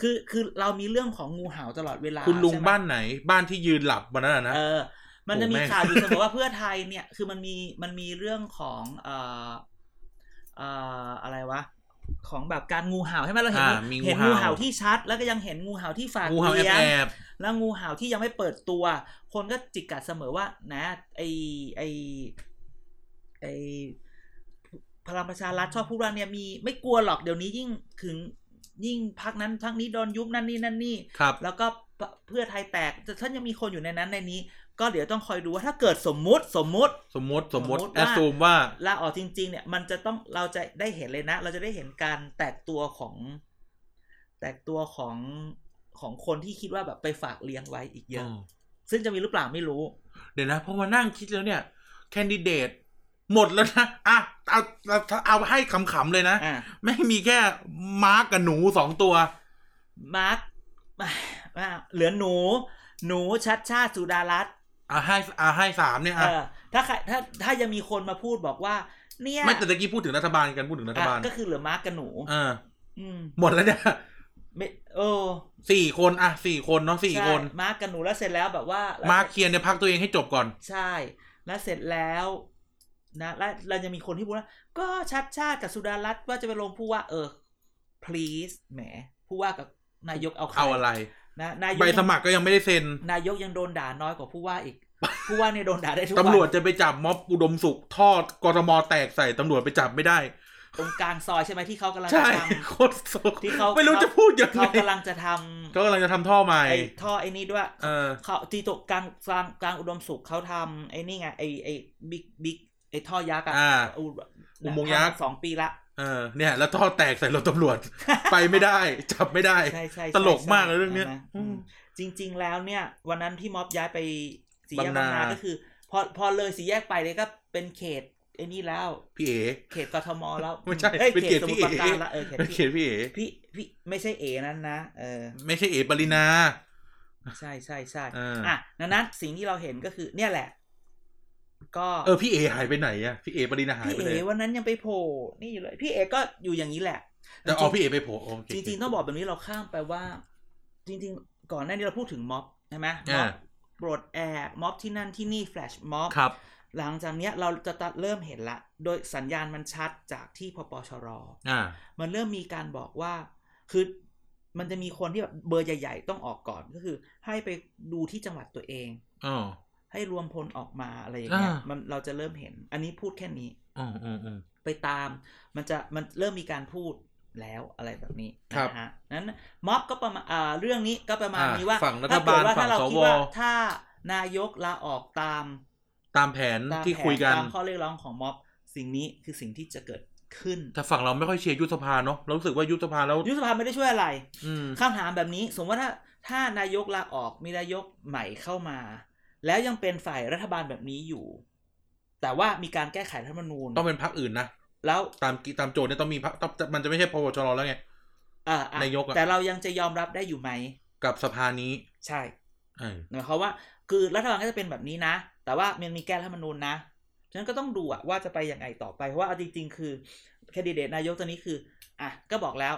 S1: คือคือเรามีเรื่องของงูเห่าตลอดเวลา
S2: คุณลุง
S1: ใช่ไหม
S2: บ้านไหน บ้านที่ยืนหลับวันนั้นอะนะ
S1: เออ มันจะมี
S2: โอ้แม่ง
S1: ข่าวอยู่เสมอว่าเพื่อไทยเนี่ย คือมันมี มันมีเรื่องของ เอ่อ เอ่อ อะไรวะ ของแบบการงูเห่าใช่ไหมเราเห็น
S2: อ่า
S1: ว่า
S2: มี
S1: เห็น
S2: งู
S1: งู
S2: เห่า
S1: เห่าที่ชัด แล้วก็ยังเห็นงูเห่าที่ฝาก
S2: งูเห่าแอบ
S1: ลี้ยง
S2: แอบ
S1: แล้วงูเห่าที่ยังไม่เปิดตัว คนก็จิกกัดเสมอว่า นะ ไอไอไอพลังประชารัฐชอบพูดว่าเนี่ยมีไม่กลัวหรอกเดี๋ยวนี้ยิ่งถึงยิ่งพักนั้นพักนี้โดนยุบนั่นนี่นั่นนี่
S2: ครับ
S1: แล้วก็ เพื่อไทยแตกแต่ท่านยังมีคนอยู่ในนั้นในนี้ ก็เดี๋ยวต้องคอยดูว่าถ้าเกิดสมมุติสมมุติ
S2: สมมติสมมติ
S1: สมมุติ
S2: แอ
S1: ว่า
S2: สซูมว่า
S1: ลาออกจริง ๆ เนี่ย มันจะต้องเราจะได้เห็นเลยนะ เราจะได้เห็นการแตกตัวของ แตกตัวของของคนที่คิดว่าแบบไปฝากเลี้ยงไว้อีกเยอะ
S2: อ๋อ
S1: ซึ่งจะมีหรือเปล่าไม่รู้
S2: เดี๋ยวนะเพราะว่านั่งคิดแล้วเนี่ย แคนดิเดต หมดแล้วนะอ่ะเอาเอาเอาให้ขำๆเลยนะ
S1: อ่ะ
S2: ไม่มีแค่ม้ากับหนูสองตัว
S1: มาร์ค อ่ะเหลือหนู หนูชัดชาติสุดารัตน์
S2: อ่ะให้อ่ะให้สามเนี่ย
S1: เออ
S2: อ่ะ
S1: ถ้าใครถ้าถ้ายังมีคนมาพูดบอกว่า เนี่ย
S2: ไม่แต่ตะกี้พูดถึงรัฐบาลกันพูดถึงรัฐบาล
S1: อ่ะก็คือเหลือมาร์คกับหนู
S2: อ่า
S1: อืม
S2: หมดแล้วเนี่ย
S1: ไม่เออ
S2: สี่คนอ่ะสี่คนเนาะสี่
S1: ใช่
S2: คน
S1: มาร์คกับหนูแล้วเสร็จแล้วแบบว่า
S2: มาร์คเคียนเนี่ยพักตัวเองให้จบก่อน
S1: ใช่ แล้วเสร็จแล้วนะแล้วเราจะมีคนที่พูดว่า ก็ชัดชาติกับสุดารัตน์ว่าจะไปลงผู้ว่าเออ please แหม ผู้ว่ากับนายกเอาใคร
S2: เอาอะไร
S1: นะนายก
S2: ใบสมัครก็ยังไม่ได้เซ็น
S1: นายกยังโดนด่าน้อยกว่าผู้ว่า อีก ผู้ว่าเนี่ยโดนด่าได้ทุกวัน
S2: ตำรวจจะไปจับม็อบอุดมสุขท่อกรทมแตกใส่ตำรวจไปจับไม่ได้
S1: ตรงกลางซอยใช่ไหมที่เขากำลัง
S2: ใช่
S1: จะท ำ
S2: โคตรโศก
S1: ที่เขา
S2: ไม่รู้จะพูดยังไง
S1: เขากำลังจะท
S2: ก็กำลังจะทำท่อ
S1: ำ
S2: ใหม่
S1: ไอ้ท่อไอ้นี้ด้วย
S2: เออ
S1: เขาที่ตกกลางกลางกลางอุดมสุขเขาทำไอ้นี่ไงไอ้ไอ้บิ๊กบิ๊กไอ้ท่อยักษ์อะ
S2: อ่า
S1: อุ
S2: อุโมงค์ยักษ์
S1: สองปีละ
S2: เออเนี่ย แล้วท่อแตกใส่รถตำร วจ ไปไม่ได้ จับไม่ได้
S1: ใช่ใช่
S2: ตลก
S1: ใช่
S2: มากเลยเรื่องเนี้ย
S1: ใช่ไหม
S2: อืม
S1: จริง ๆ แล้วเนี่ย วันนั้นที่ม็อบย้ายไปสีแยกบาง
S2: บาง
S1: นา
S2: นา
S1: ก็คือ พอพอเลยสีแยกไปเลยก็เป็นเขตไอ้นี่แล้ว
S2: พี่เอ๋
S1: เขตกทมแล้ว
S2: ไม่ใช่
S1: อ้ย
S2: เป็น
S1: เข
S2: เข
S1: ต
S2: ต
S1: ส
S2: พี่
S1: มุทรปราการ
S2: เอ๋
S1: ละเออเขต
S2: เป็นเข
S1: พี่
S2: ตพี่เอ๋
S1: พี่พี่ไม่ใช่เอนั้นนะเออ
S2: ไม่ใช่เอ๋ปรินา
S1: ใช่ใช่ใช่
S2: เอออ่
S1: อ่ะดังนั้นสิ่งที่เราเห็นก็คือ เนี่ยแหละ ก็
S2: เออพี่เอ๋หายไปไหนอะพี่เอ๋ปรินาหาย
S1: พี่
S2: ไปไหน
S1: เอวันนั้นยังไปโผล่นี่อยู่เลย พี่เอก็อยู่อย่างนี้แหละ
S2: แต่เอาพี่เอ๋ไปโผล่โอเค
S1: จริงๆต้องบอกแบบนี้เราข้ามไปว่า จริง ๆ ก่อนหน้านี้เราพูดถึงม็อบใช่ไหมม็อบ
S2: อ่า
S1: ปลดแอกม็อบที่นั่นที่นี่แฟลชม็อบ
S2: ครับ
S1: หลังจากเนี้ยเราจะตัดเริ่มเห็นละ โดยสัญญาณมันชัดจากที่พปชร
S2: อ่า
S1: มันเริ่มมีการบอกว่า คือมันจะมีคนที่แบบเบอร์ใหญ่ ๆ ต้องออกก่อนก็คือ ให้ไปดูที่จังหวัดตัวเอง
S2: อ๋อ
S1: ให้รวมพลออกมาอะไรอย่างเงี้ย
S2: อ่ามั
S1: มันเราจะเริ่มเห็น อันนี้พูดแค่นี้
S2: อ๋ออ๋ออ๋อ
S1: ไปตามมันจะมันเริ่มมีการพูดแล้วอะไรแบบนี้
S2: ครับ
S1: นะฮะนั้นม็อบก็ประมาณอ่าเรื่องนี้ก็ประมาณ
S2: อ่า
S1: นี้ว่า
S2: ฝั่งรัฐ
S1: ถ้าเกิดว่า
S2: บาลฝั่
S1: ถ้าง เรา
S2: สว
S1: คิดว่าถ้านายกลาออกตาม
S2: ตามแผน
S1: ตาม
S2: ที่
S1: แผ
S2: คุย
S1: น
S2: กัน
S1: ตามข้อเรียกร้องของม็อบสิ่งนี้คือสิ่งที่จะเกิดขึ้น
S2: แต่ฝั่งเราไม่ค่อยเชียร์ยุบสภาเนาะเรารู้สึกว่ายุบสภาแล้ว
S1: ยุบสภาไม่ได้ช่วยอะไร
S2: อืม
S1: คำถามแบบนี้สมมติว่าถ้าถ้านายกลาออกมีนายกใหม่เข้ามา แล้วยังเป็นฝ่ายรัฐบาลแบบนี้อยู่ แต่ว่ามีการแก้ไขรัฐธรรมนูญ
S2: ต้องเป็นพรรคอื่นนะ
S1: แล้ว
S2: ตามตามโจทย์เนี่ยต้องมีพรรคต้องมันจะไม่ใช่พวชรแล้วไง
S1: อ่ะอ่ะ
S2: นายกอะ
S1: แต่เรายังจะยอมรับได้อยู่ไหม
S2: กับสภานี้
S1: ใช่
S2: เออ
S1: หมายความว่า คือรัฐบาลก็จะเป็นแบบนี้นะ แต่ว่ามันมีแก้รัฐธรรมนูญนะฉะนั้นก็ต้องดูอะว่าจะไปยังไงต่อไป เพราะว่าเอาจริง ๆ คือแคนดิเดตนายกตัวนี้คือ อ่ะ ก็บอกแล้ว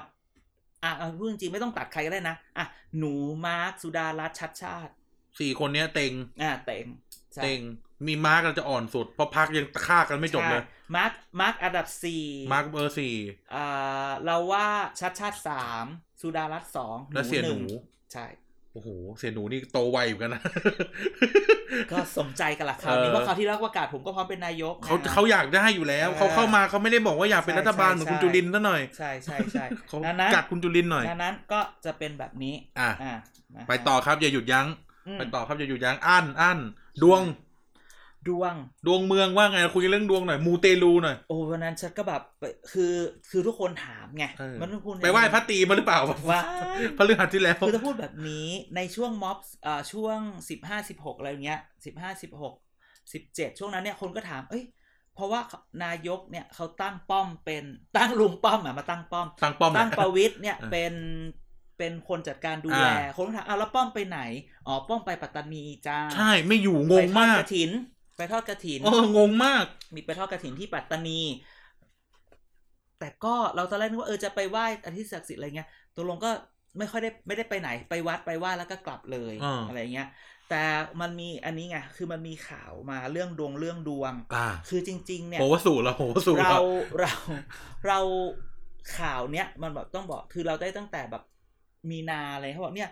S1: อ่ะเอาพูดจริงๆไม่ต้องตัดใครก็ได้นะ อ่ะ หนูมาร์คสุดารัตน์ชัดชาติ
S2: สี่คนเนี้ยเต็ง
S1: อ่ะเต็งใช่
S2: เต็งมีมาร์กเราจะอ่อนสุด เพราะพักยังฆ่ากันไม่จบเลย
S1: ใช่มาร์คมาร์คอันดับสี่
S2: มาร์กเบอร์สี่
S1: อ่าเราว่าชัดชาติสามสุดารัตน์สอง
S2: และเสียหนู
S1: งใช่
S2: โอ้โหเสียหนูนี่โตไวเหมือนกันนะ
S1: ก็สมใจกันละคราวนี้
S2: เออ
S1: เพราะคราวที่แล้วประกาศผมก็พร้อมเป็นนายก
S2: เขา
S1: นะ
S2: เขาอยากได้อยู่แล้ว
S1: เออ
S2: เขาเข้ามาเขาไม่ได้บอกว่าอยากเป็น
S1: ใช่
S2: รัฐบาลเห
S1: ใช่
S2: มือนคุณ
S1: ใช่
S2: จุลินซะหน่อย
S1: ใช่ใช่ใช่
S2: เขา
S1: นั้นนะ
S2: กัดคุณจุลินหน่อย
S1: ดังนั้นก็จะเป็นแบบนี้
S2: อ่ะ
S1: อ่ะนะฮะ
S2: ไปต่อครับอย่าหยุดยั้ง
S1: ม
S2: ไปต่อครับอย่าหยุดยั้งอั้นอั้นดวง
S1: ดวง
S2: ดวงเมืองว่าไงคุยกันเรื่องดวงหน่อยมูเตลูหน่อย
S1: โอ้วันนั้นฉันก็แบบไปคือคือทุกคนถามไง
S2: เออ
S1: มันทุกคน
S2: ไปไหว้พระตรีมาหรือเปล่า
S1: ว่า
S2: พระฤหัสที่แล้ว
S1: คือถ้าพูดแบบนี้ในช่วงม็อบเอ่อช่วงสิบห้าสิบหกอะไรอย่างเงี้ยสิบห้าสิบหกสิบเจ็ดช่วงนั้นเนี่ยคนก็ถาม เอ้ย เพราะว่านายกเนี่ยเขาตั้งป้อมเป็นตั้งลุงป้อมอ่ะมาตั้งป้อม
S2: ตั้งป้อม
S1: ตั้งประ
S2: นะ
S1: วิทย์เนี่ย
S2: เออ
S1: เป็นเป็นคนจัดการดูแล
S2: อ่า
S1: คนก็ถามอ้าวแล้วป้อมไปไหนอ๋อป้อมไปปัตตานีจ้า
S2: ใช่ไม่อยู่ง
S1: ไป
S2: ง
S1: ทอด
S2: มาก
S1: กระถิน ไปทอดกระถิน
S2: เอองงมาก
S1: มีไปทอดกระถินที่ปัตตานี แต่ก็เราตอนแรกนึกว่าเออจะไปไหว้อาทิตย์ศักดิ์สิทธิ์อะไรเงี้ยตกลงก็ไม่ค่อยได้ไม่ได้ไปไหน ไปวัดไปไหว้แล้วก็กลับเลย
S2: อ่า
S1: ไรเงี้ย แต่มันมีอันนี้ไงคือมันมีข่าวมาเรื่องดวงเรื่องดวง
S2: อ่า
S1: คือจริง ๆ เนี่ย
S2: โหวสูแล้วโหวสู
S1: เรา
S2: แล้ว
S1: เราเราข่าวเนี้ยมันแบบต้องบอกคือเราได้ตั้งแต่แบบมีนาเลยเขาบอกเนี่ย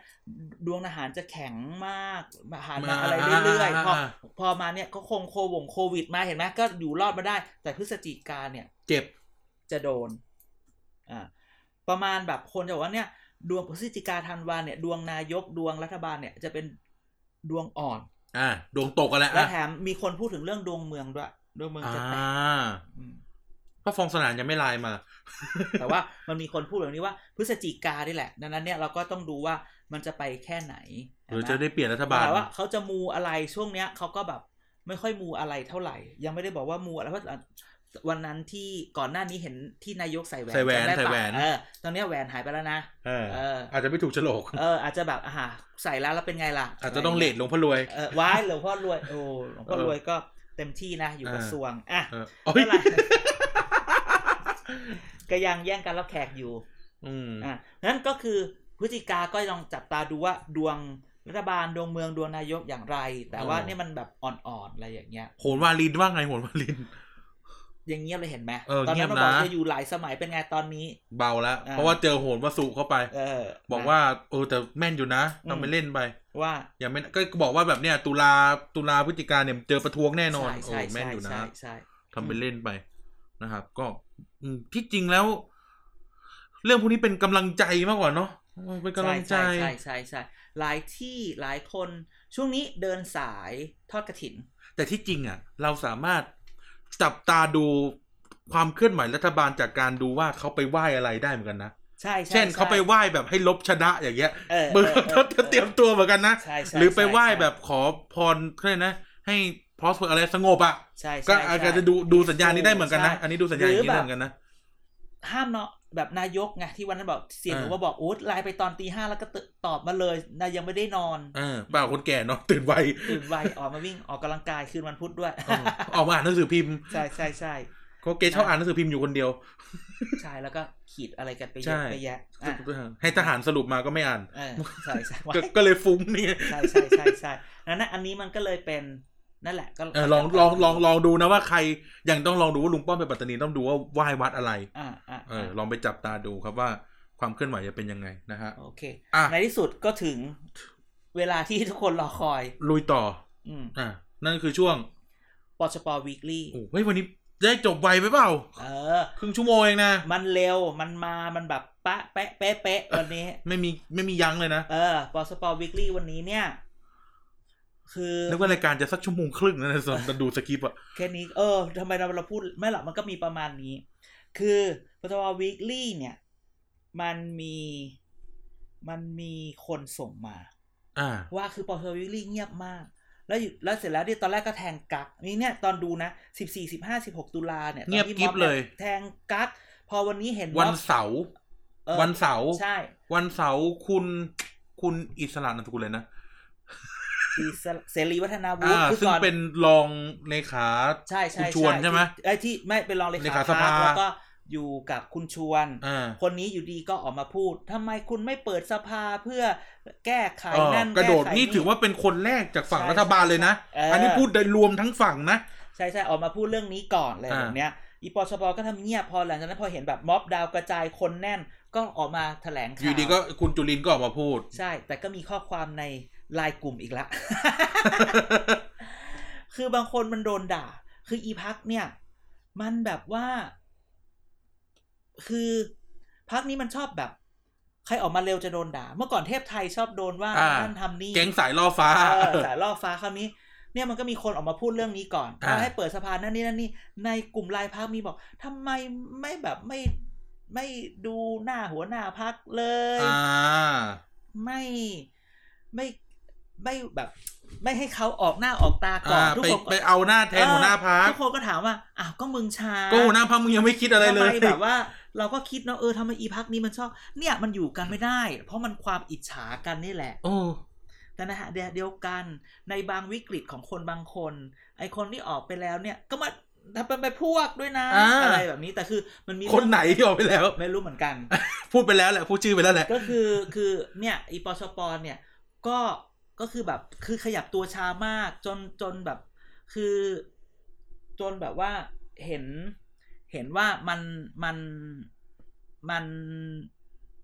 S1: ดวงอาหารจะแข็งมากอาหารมา
S2: อ่า
S1: อะไรเรื่อยๆพอ
S2: อ่า
S1: พอมาเนี่ยก็คงโควงโควิดมาเห็นไหมก็อยู่รอดมาได้ แต่พฤศจิกาเนี่ย
S2: เจ็บ
S1: จะโดน อ่าประมาณแบบคนจะบอกว่าเนี่ย ดวงพฤศจิกาธันวาเนี่ย ดวงนายกดวงรัฐบาลเนี่ยจะเป็นดวงอ่อน
S2: อ่าดวงตกกันแล้ว
S1: และ
S2: อ่ะ
S1: แถมมีคนพูดถึงเรื่องดวงเมืองด้วยดวงเมือง
S2: อ่า
S1: จะแตกอืม
S2: พระฟองสนานยังไม่ไลน์มา
S1: แต่ว่ามันมีคนพูดแบบนี้ว่าพฤศจิกานี่แหละดังนั้นเนี่ยเราก็ต้องดูว่ามันจะไปแค่ไหน
S2: หรือ
S1: ใช่
S2: จะ
S1: ไม
S2: ได้เปลี่ยนรัฐบาล
S1: แต่ว่าเขาจะมูอะไรช่วงเนี้ยเขาก็แบบไม่ค่อยมูอะไรเท่าไหร่ ยังไม่ได้บอกว่ามูอะไรเพราะวันนั้นที่ก่อนหน้านี้เห็นที่นายกใส่แหวน
S2: ใส่แหว
S1: จำ
S2: น
S1: ได้
S2: ใส่
S1: ปะ
S2: แหวน
S1: เออตอนเนี้ยแหวนหายไปแล้วนะ
S2: เออ
S1: เออ
S2: อาจจะไม่ถูกโฉลก
S1: เอออาจจะแบบอ่าใส่แล้วแล้วเป็นไงล่ะ
S2: อาจจะต้องเลทหลวงพ่อรวย
S1: เออว้ายหลวงพ่อรวยโอ้หลวงพ่อ
S2: เออ
S1: รวยก็เต็มที่นะอยู่
S2: เออ
S1: กระทรวงอ่ะ
S2: เออโอ้
S1: ไม่
S2: ย
S1: เป็นไร ก็ยังแย่งการรับแขกอยู่
S2: อืม
S1: อ่ะนั้นก็คือพฤติกาก็ลองจับตาดูว่าดวงรัฐบาลดวงเมืองดวงนายกอย่างไร แต่ว่านี่มันแบบอ่อนๆอะไรอย่างเงี้ย
S2: โหนวาลินว่าไงโหนวาลิน
S1: อย่างเงียบเลยเห็นไหม
S2: เออ
S1: ตอนนั้น
S2: เงียบนะ
S1: เราบอกจะอยู่หลายสมัยเป็นไงตอนนี้
S2: เบาแล้ว
S1: อ่า
S2: เพราะว่าเจอโหนวสุเข้าไป
S1: เออ
S2: บอกว่าเออแต่แม่นอยู่นะ
S1: อืม
S2: ทำไปเล่นไป
S1: ว่า
S2: อย่าไม่ก็บอกว่าแบบเนี้ยตุลาตุลาพฤศจิกาเนี่ยเจอประท้วงแน่นอน
S1: ใช่
S2: โอ้
S1: ใช่
S2: แม่นอยู่นะ
S1: ใช่ใช่
S2: ทำเป็นเล่นไปนะครับ ก็อืมที่จริงแล้ว เรื่องพวกนี้เป็นกำลังใจมากกว่าเนาะมันเป็นกำลังใจ
S1: ใช่ใช่ใช่ใช่หลายที่หลายคนช่วงนี้เดินสายทอดกระถิน
S2: แต่ที่จริงอ่ะ เราสามารถจับตาดูความเคลื่อนไหวรัฐบาลจากการดูว่าเขาไปไหว้อะไรได้เหมือนกันนะ
S1: ใช่ใช่
S2: เช่น
S1: ใ
S2: เขาไปไหว้แบบให้ลบชนะอย่างเงี้ย
S1: เออ
S2: มึง
S1: เออเอ
S2: เขา
S1: อ
S2: จะเตรียมตัวเหมือนกันนะ
S1: ใช่ใช่
S2: หรือไปไหว้
S1: ใช่
S2: แบบขอพรเขาเรียกนะ ให้พรอสอะไรสงบอ่ะ
S1: ใช่
S2: ก็
S1: ใช่
S2: อาจ
S1: ใช่
S2: จะดูดูสัญญาณนี้ได้เหมือนกันนะ
S1: ใช่
S2: อันนี้ดูสัญญาณอย่างนี้
S1: หรือ
S2: ได้
S1: แบบ
S2: เหมือนกันนะ
S1: ห้ามเนาะแบบนายกไงที่วันนั้นบอกเสียง
S2: เออ
S1: หนูว่าบอกโอ๊ตไลน์ไปตอนตีห้าแล้วก็ตตอบมาเลยนายยังไม่ได้นอน
S2: เออเปล่าคนแก่เนาะตื่นไว
S1: ตื่นไวออกมาวิ่งออกกำลังกายคืนวันพุธด้วย
S2: เออ ออกมาอ่านหนังสือพิมพ์
S1: ใช่ใช่ใช่
S2: เขาเกชอบอ่านหนังสือพิมพ์อยู่คนเดียว
S1: ใช่แล้วก็ขีดอะไรกันไปเย
S2: ใช่
S1: อะไป แยะอ่ะ
S2: ให้ทหารสรุปมาก็ไม่อ่าน
S1: เออใช่ใช่
S2: ก็ก็เลยฟุ้งนี่ไง
S1: ใช่ใช่ใช่ใช่นั่นนะอันนี้มันก็เลยเป็นนั่นแหละก็
S2: เออลองลองลองลองดูนะว่าใครยังต้องลองดูว่าลุงป้อมไปปัตตานีต้องดูว่าไหว้วัดอะไร
S1: อ่าอ่า
S2: เออลองไปจับตาดูครับว่าความเคลื่อนไหวจะเป็นยังไงนะฮะ
S1: โอเค
S2: อ่ะ
S1: ในที่สุดก็ถึงเวลาที่ทุกคนรอคอย
S2: ลุยต่อ
S1: อืม
S2: อ่ะนั่นคือช่วง
S1: ปชปวีคลี่
S2: โอ้เฮ้ยวันนี้ได้จบไวไปเปล่า
S1: เออ
S2: ครึ่งชั่วโมงเองนะ
S1: มันเร็ว มันมา มันแบบปะแปะเป๊ะเป๊ะวันนี้
S2: ไม่มีไม่มียั้งเลยนะ
S1: เออปอสปอร์วิกลี่วันนี้เนี่ย คือ
S2: นึกว่ารายการจะสักชั่วโมงครึ่งนะ สอนดูสคริปต์อะ
S1: แค่นี้ เออทำไมเราเราพูด ไม่หรอกมันก็มีประมาณนี้ คือปอสปอร์วิกลี่เนี่ย มันมี มันมีคนส่งมา
S2: อ่า
S1: ว่าคือปอสปอร์วิกลี่เงียบมาก แล้วอยู่แล้วเสร็จแล้วเนี่ยตอนแรกก็แทงกักนี่เนี่ยตอนดูนะสิบสี่สิบห้าสิบหกตุลาเนี่ยตอน
S2: เงียบ
S1: ที่
S2: กิ๊บ
S1: ม็อ
S2: เลย
S1: แทงกัก พอวันนี้เห็นม็อบ
S2: วันเสาร์
S1: เออ
S2: วันเสาร์
S1: ใช่
S2: วันเสาร์คุณคุณอิสระนามสกุลเลยนะ
S1: อิสระเสรีวัฒนาวุฒิ
S2: อ่า
S1: คือ
S2: ซึ่ง
S1: ก่อน
S2: เป็นรองเลขา
S1: ใช่ใช่
S2: คุณชวนใช่ไหม
S1: ที่ไอ้ที่ไม่เป็นรองเล
S2: เล
S1: ขา
S2: ขา
S1: ส
S2: ส
S1: ภา
S2: ภา
S1: แล้วก็อยู่กับคุณชวน
S2: อ่า
S1: คนนี้อยู่ดีก็ออกมาพูดทำไมคุณไม่เปิดสภาเพื่อแก้ไข
S2: เออ
S1: นั่น
S2: กระโดด
S1: แไข
S2: นี่ถือว่าเป็นคนแรกจากฝั่ง
S1: ใช่
S2: รัฐบาลเลยนะ
S1: เอออั
S2: อันนี้พูดโดยรวมทั้งฝั่งนะ
S1: ใช่ใช่ออกมาพูดเรื่องนี้ก่อนเลย
S2: อ่า
S1: แบบเนี้ยอีปชปก็ทำเงียบพอหลังจากนั้นพอเห็นแบบม็อบดาวกระจายคนแน่นก็ออกมาแถลง
S2: อ
S1: ข่าว
S2: ยู่ดีก็คุณจุลินก็ออกมาพูด
S1: ใช่ แต่ก็มีข้อความในไลน์กลุ่มอีกละ คือบางคนมันโดนด่า คืออีพักเนี่ย มันแบบว่า คือพักนี้มันชอบแบบ ใครออกมาเร็วจะโดนด่า เมื่อก่อนเทพไทยชอบโดนว่า
S2: อ่า
S1: ท่านทำนี่
S2: แก๊งสายล่อฟ้า
S1: เออสายล่อฟ้าคราวนี้ เนี่ยมันก็มีคนออกมาพูดเรื่องนี้ก่อน
S2: อ่า
S1: ว่าให้เปิดสภานั่นนี่นั่นนี่ ในกลุ่มไลน์พักมีบอกทำไมไม่แบบไม่ไม่ดูหน้าหัวหน้าพักเลย
S2: อ่า
S1: ไม่ไม่ไม่แบบไม่ให้เขาออกหน้าออกตาก่อ
S2: อ่าน
S1: ทุก
S2: ไป
S1: คน
S2: ไปเอาหน้าแทนหัวหน้าพัก
S1: ทุกคนก็ถามว่าอ้าวก็มึงช้า
S2: ก็หัวหน้าพักมึงยังไม่คิดอะไรเล
S1: ทำ
S2: ย
S1: มแบบว่า เราก็คิดเนาะเออทำไมอีพักนี้มันชอบ เนี่ยมันอยู่กันไม่ได้ เพราะมันความอิจฉากันนี่แหละ
S2: โอ้
S1: แต่นะฮะเดียวเดียวกันในบางวิกฤตของคนบางคน ไอคนที่ออกไปแล้วเนี่ย ก็มาทำเป็นไปพวกด้วยนะ
S2: อ่า
S1: อะไรแบบนี้แต่คือมันมี
S2: คนไหนที่ออกไปแล้ว
S1: ไม่รู้เหมือนกัน
S2: พูดไปแล้วแหละพูดชื่อไปแล้วแหละ
S1: ก็คือคือเนี่ยอีปชปเนี่ยก็ก็คือแบบคือขยับตัวช้ามากจนจนแบบคือ จนแบบว่าเห็นเห็นว่ามันมันมัน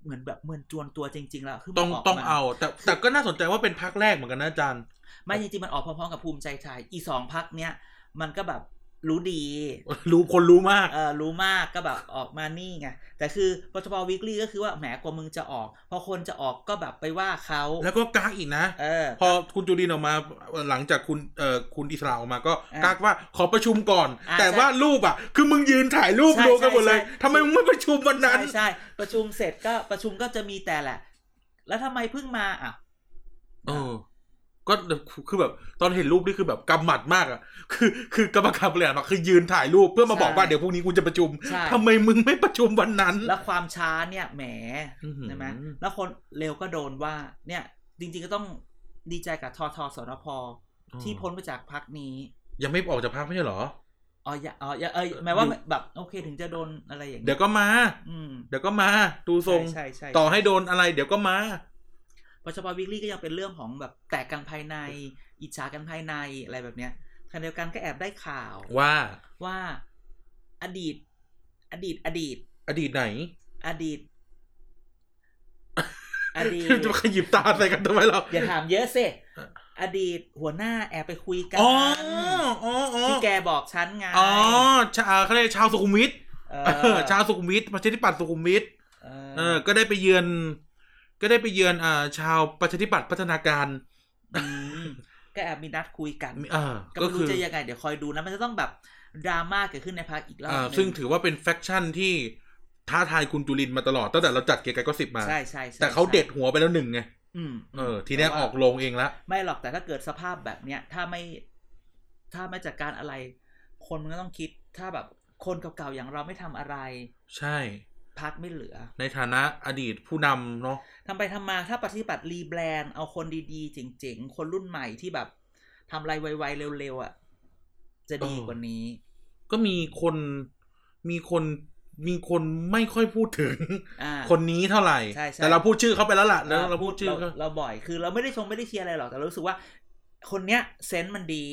S1: เหมือนแบบเหมือนจวนตัวจริง ๆ แล้วคือมัน
S2: ต้อง
S1: กม
S2: ต้องเอา แต่แต่ก็น่าสนใจว่าเป็นพักแรกเหมือนกันนะอาจารย์
S1: ไม่จริงๆมันออกพร้อมๆกับภูมิใจไทยอีสองพักเนี้ยมันก็แบบ รู้ดี
S2: รู้คนรู้มาก
S1: เออรู้มากก็แบบออกมานี่ไง แต่คือปชปวิกฤตก็คือว่าแหมกว่ามึงจะออก พอคนจะออกก็แบบไปว่าเขา
S2: แล้วก็กากอีกนะ
S1: เออ
S2: พอคุณจุลินออกมาหลังจากคุณเอ่อคุณอิสราออกมาก็
S1: อ่ะ
S2: กากว่าขอประชุมก่อน
S1: อ่ะ
S2: แต่ว่ารูปอ่ะ คือมึงยืนถ่ายรูป
S1: ใช่
S2: รวมกันหมดเลย
S1: ใช่ใช่
S2: ทำไมมึงไม่ประชุมวันนั้น
S1: ใช่ใช่ประชุมเสร็จก็ประชุมก็จะมีแต่แหละ แล้วทำไมเพิ่งมาอ่ะ
S2: เออ ก็คือแบบตอนเห็นรูปนี่คือแบบกำหมัดมากอ่ะ คือคือกรรมการบริหารอะคือยืนถ่ายรูปเพื่อมาบอกว่า
S1: ใช่
S2: เดี๋ยวพรุ่งนี้กูจะประชุม
S1: ใช่
S2: ทำไมมึงไม่ประชุมวันนั้น
S1: แล้วความช้าเนี่ยแหม
S2: อื้อหือ
S1: ใช่ไหมแล้วคนเร็วก็โดนว่า เนี่ย จริง ๆก็ต้องดีใจกับทอทอสนพที่พ้นมาจากพักนี้
S2: ยังไม่ออกจากพักไม่ใช่เหรอ
S1: อ๋ออย่าอ๋ออย่าเอยหมายว่าแบบโอเคถึงจะโดนอะไรอย่างงี้
S2: เดี๋ยวก็มา
S1: อืม
S2: เดี๋ยวก็มาดูทรง
S1: ใช่ใช่
S2: ต่
S1: ต่
S2: อ
S1: อ
S2: ให้โดนอะไร เดี๋ยวก็มา
S1: ปชปวิกฤตก็ยังเป็นเรื่องของแบบแตกกันภายใน อิจฉากันภายในอะไรแบบเนี้ยขณะเดียวกันก็แอบได้ข่าว
S2: ว่า
S1: ว่าอดีต อดีตอดีต
S2: อดีตไหน
S1: อดี ต อดีต
S2: จะมาขยิบตาใส่กันทำไมเรา
S1: อย่าถามเยอะสิ
S2: เออ
S1: อดีตหัวหน้าแอบไปคุยกัน
S2: อ๋ออ๋ออ๋อ
S1: ที่แกบอกฉันไง
S2: อ๋อชาเขาเรียกชาวสุขุมวิท
S1: เอ
S2: เอ
S1: อ
S2: อชาวสุขุมวิทประชาธิปัตย์สุขุมวิท
S1: เอ
S2: เออ ก็ได้ไปเยือน ก็ได้ไปเยือนอ่าชาวประชาธิปัตย์พัฒนาการ
S1: มก็แอบมีนัดคุยกัน
S2: เออ
S1: ก็
S2: ก็
S1: ไม่
S2: คื
S1: รู้
S2: อ
S1: จะยังไง เดี๋ยวคอยดูนะ มันจะต้องแบบดราม่าเกิดขึ้นในพักอีกรอบ
S2: อ่า
S1: หนึ่
S2: ซึ่งถือว่าเป็นแฟคชั่นที่ท้าทายคุณจุลินมาตลอดตั้งแต่เราจัดเกียร์กายก็สิบมา
S1: ใช่ใช่ใช่
S2: แต่เขา
S1: ใช่
S2: เด็ดหัวไปแล้วหนึ่งไง
S1: อืม
S2: เออ ทีเนี้ยออกลงเองละ
S1: ไม่หรอกแต่ถ้าเกิดสภาพแบบเนี้ย ถ้าไม่ ถ้าไม่จัดการอะไร คนมันก็ต้องคิด ถ้าแบบคนเก่าๆอย่างเราไม่ทำอะไร
S2: ใช่
S1: พักไม่เหลือ
S2: ในฐานะอดีตผู้นำเนาะ
S1: ทำไปทำมาถ้าปฏิบัติรีแบรนด์เอาคนดีๆ เจ๋งๆ คนรุ่นใหม่ที่แบบทำอะไรไวๆ เร็วๆ อ่ะ จะดีกว่านี้
S2: ก็มีคนมีคนมีคนไม่ค่อยพูดถึง
S1: อ่า
S2: คนนี้เท่าไหร่
S1: ใช่ใช่
S2: แต่เราพูดชื่อเขาไปแล้วล่ะแล้วเราพูดชื่อ
S1: เรา
S2: เขา
S1: เราบ่อยคือเราไม่ได้ชมไม่ได้เชียร์อะไรหรอกแต่เรารู้สึกว่า คนเนี้ยเซนส์มันดี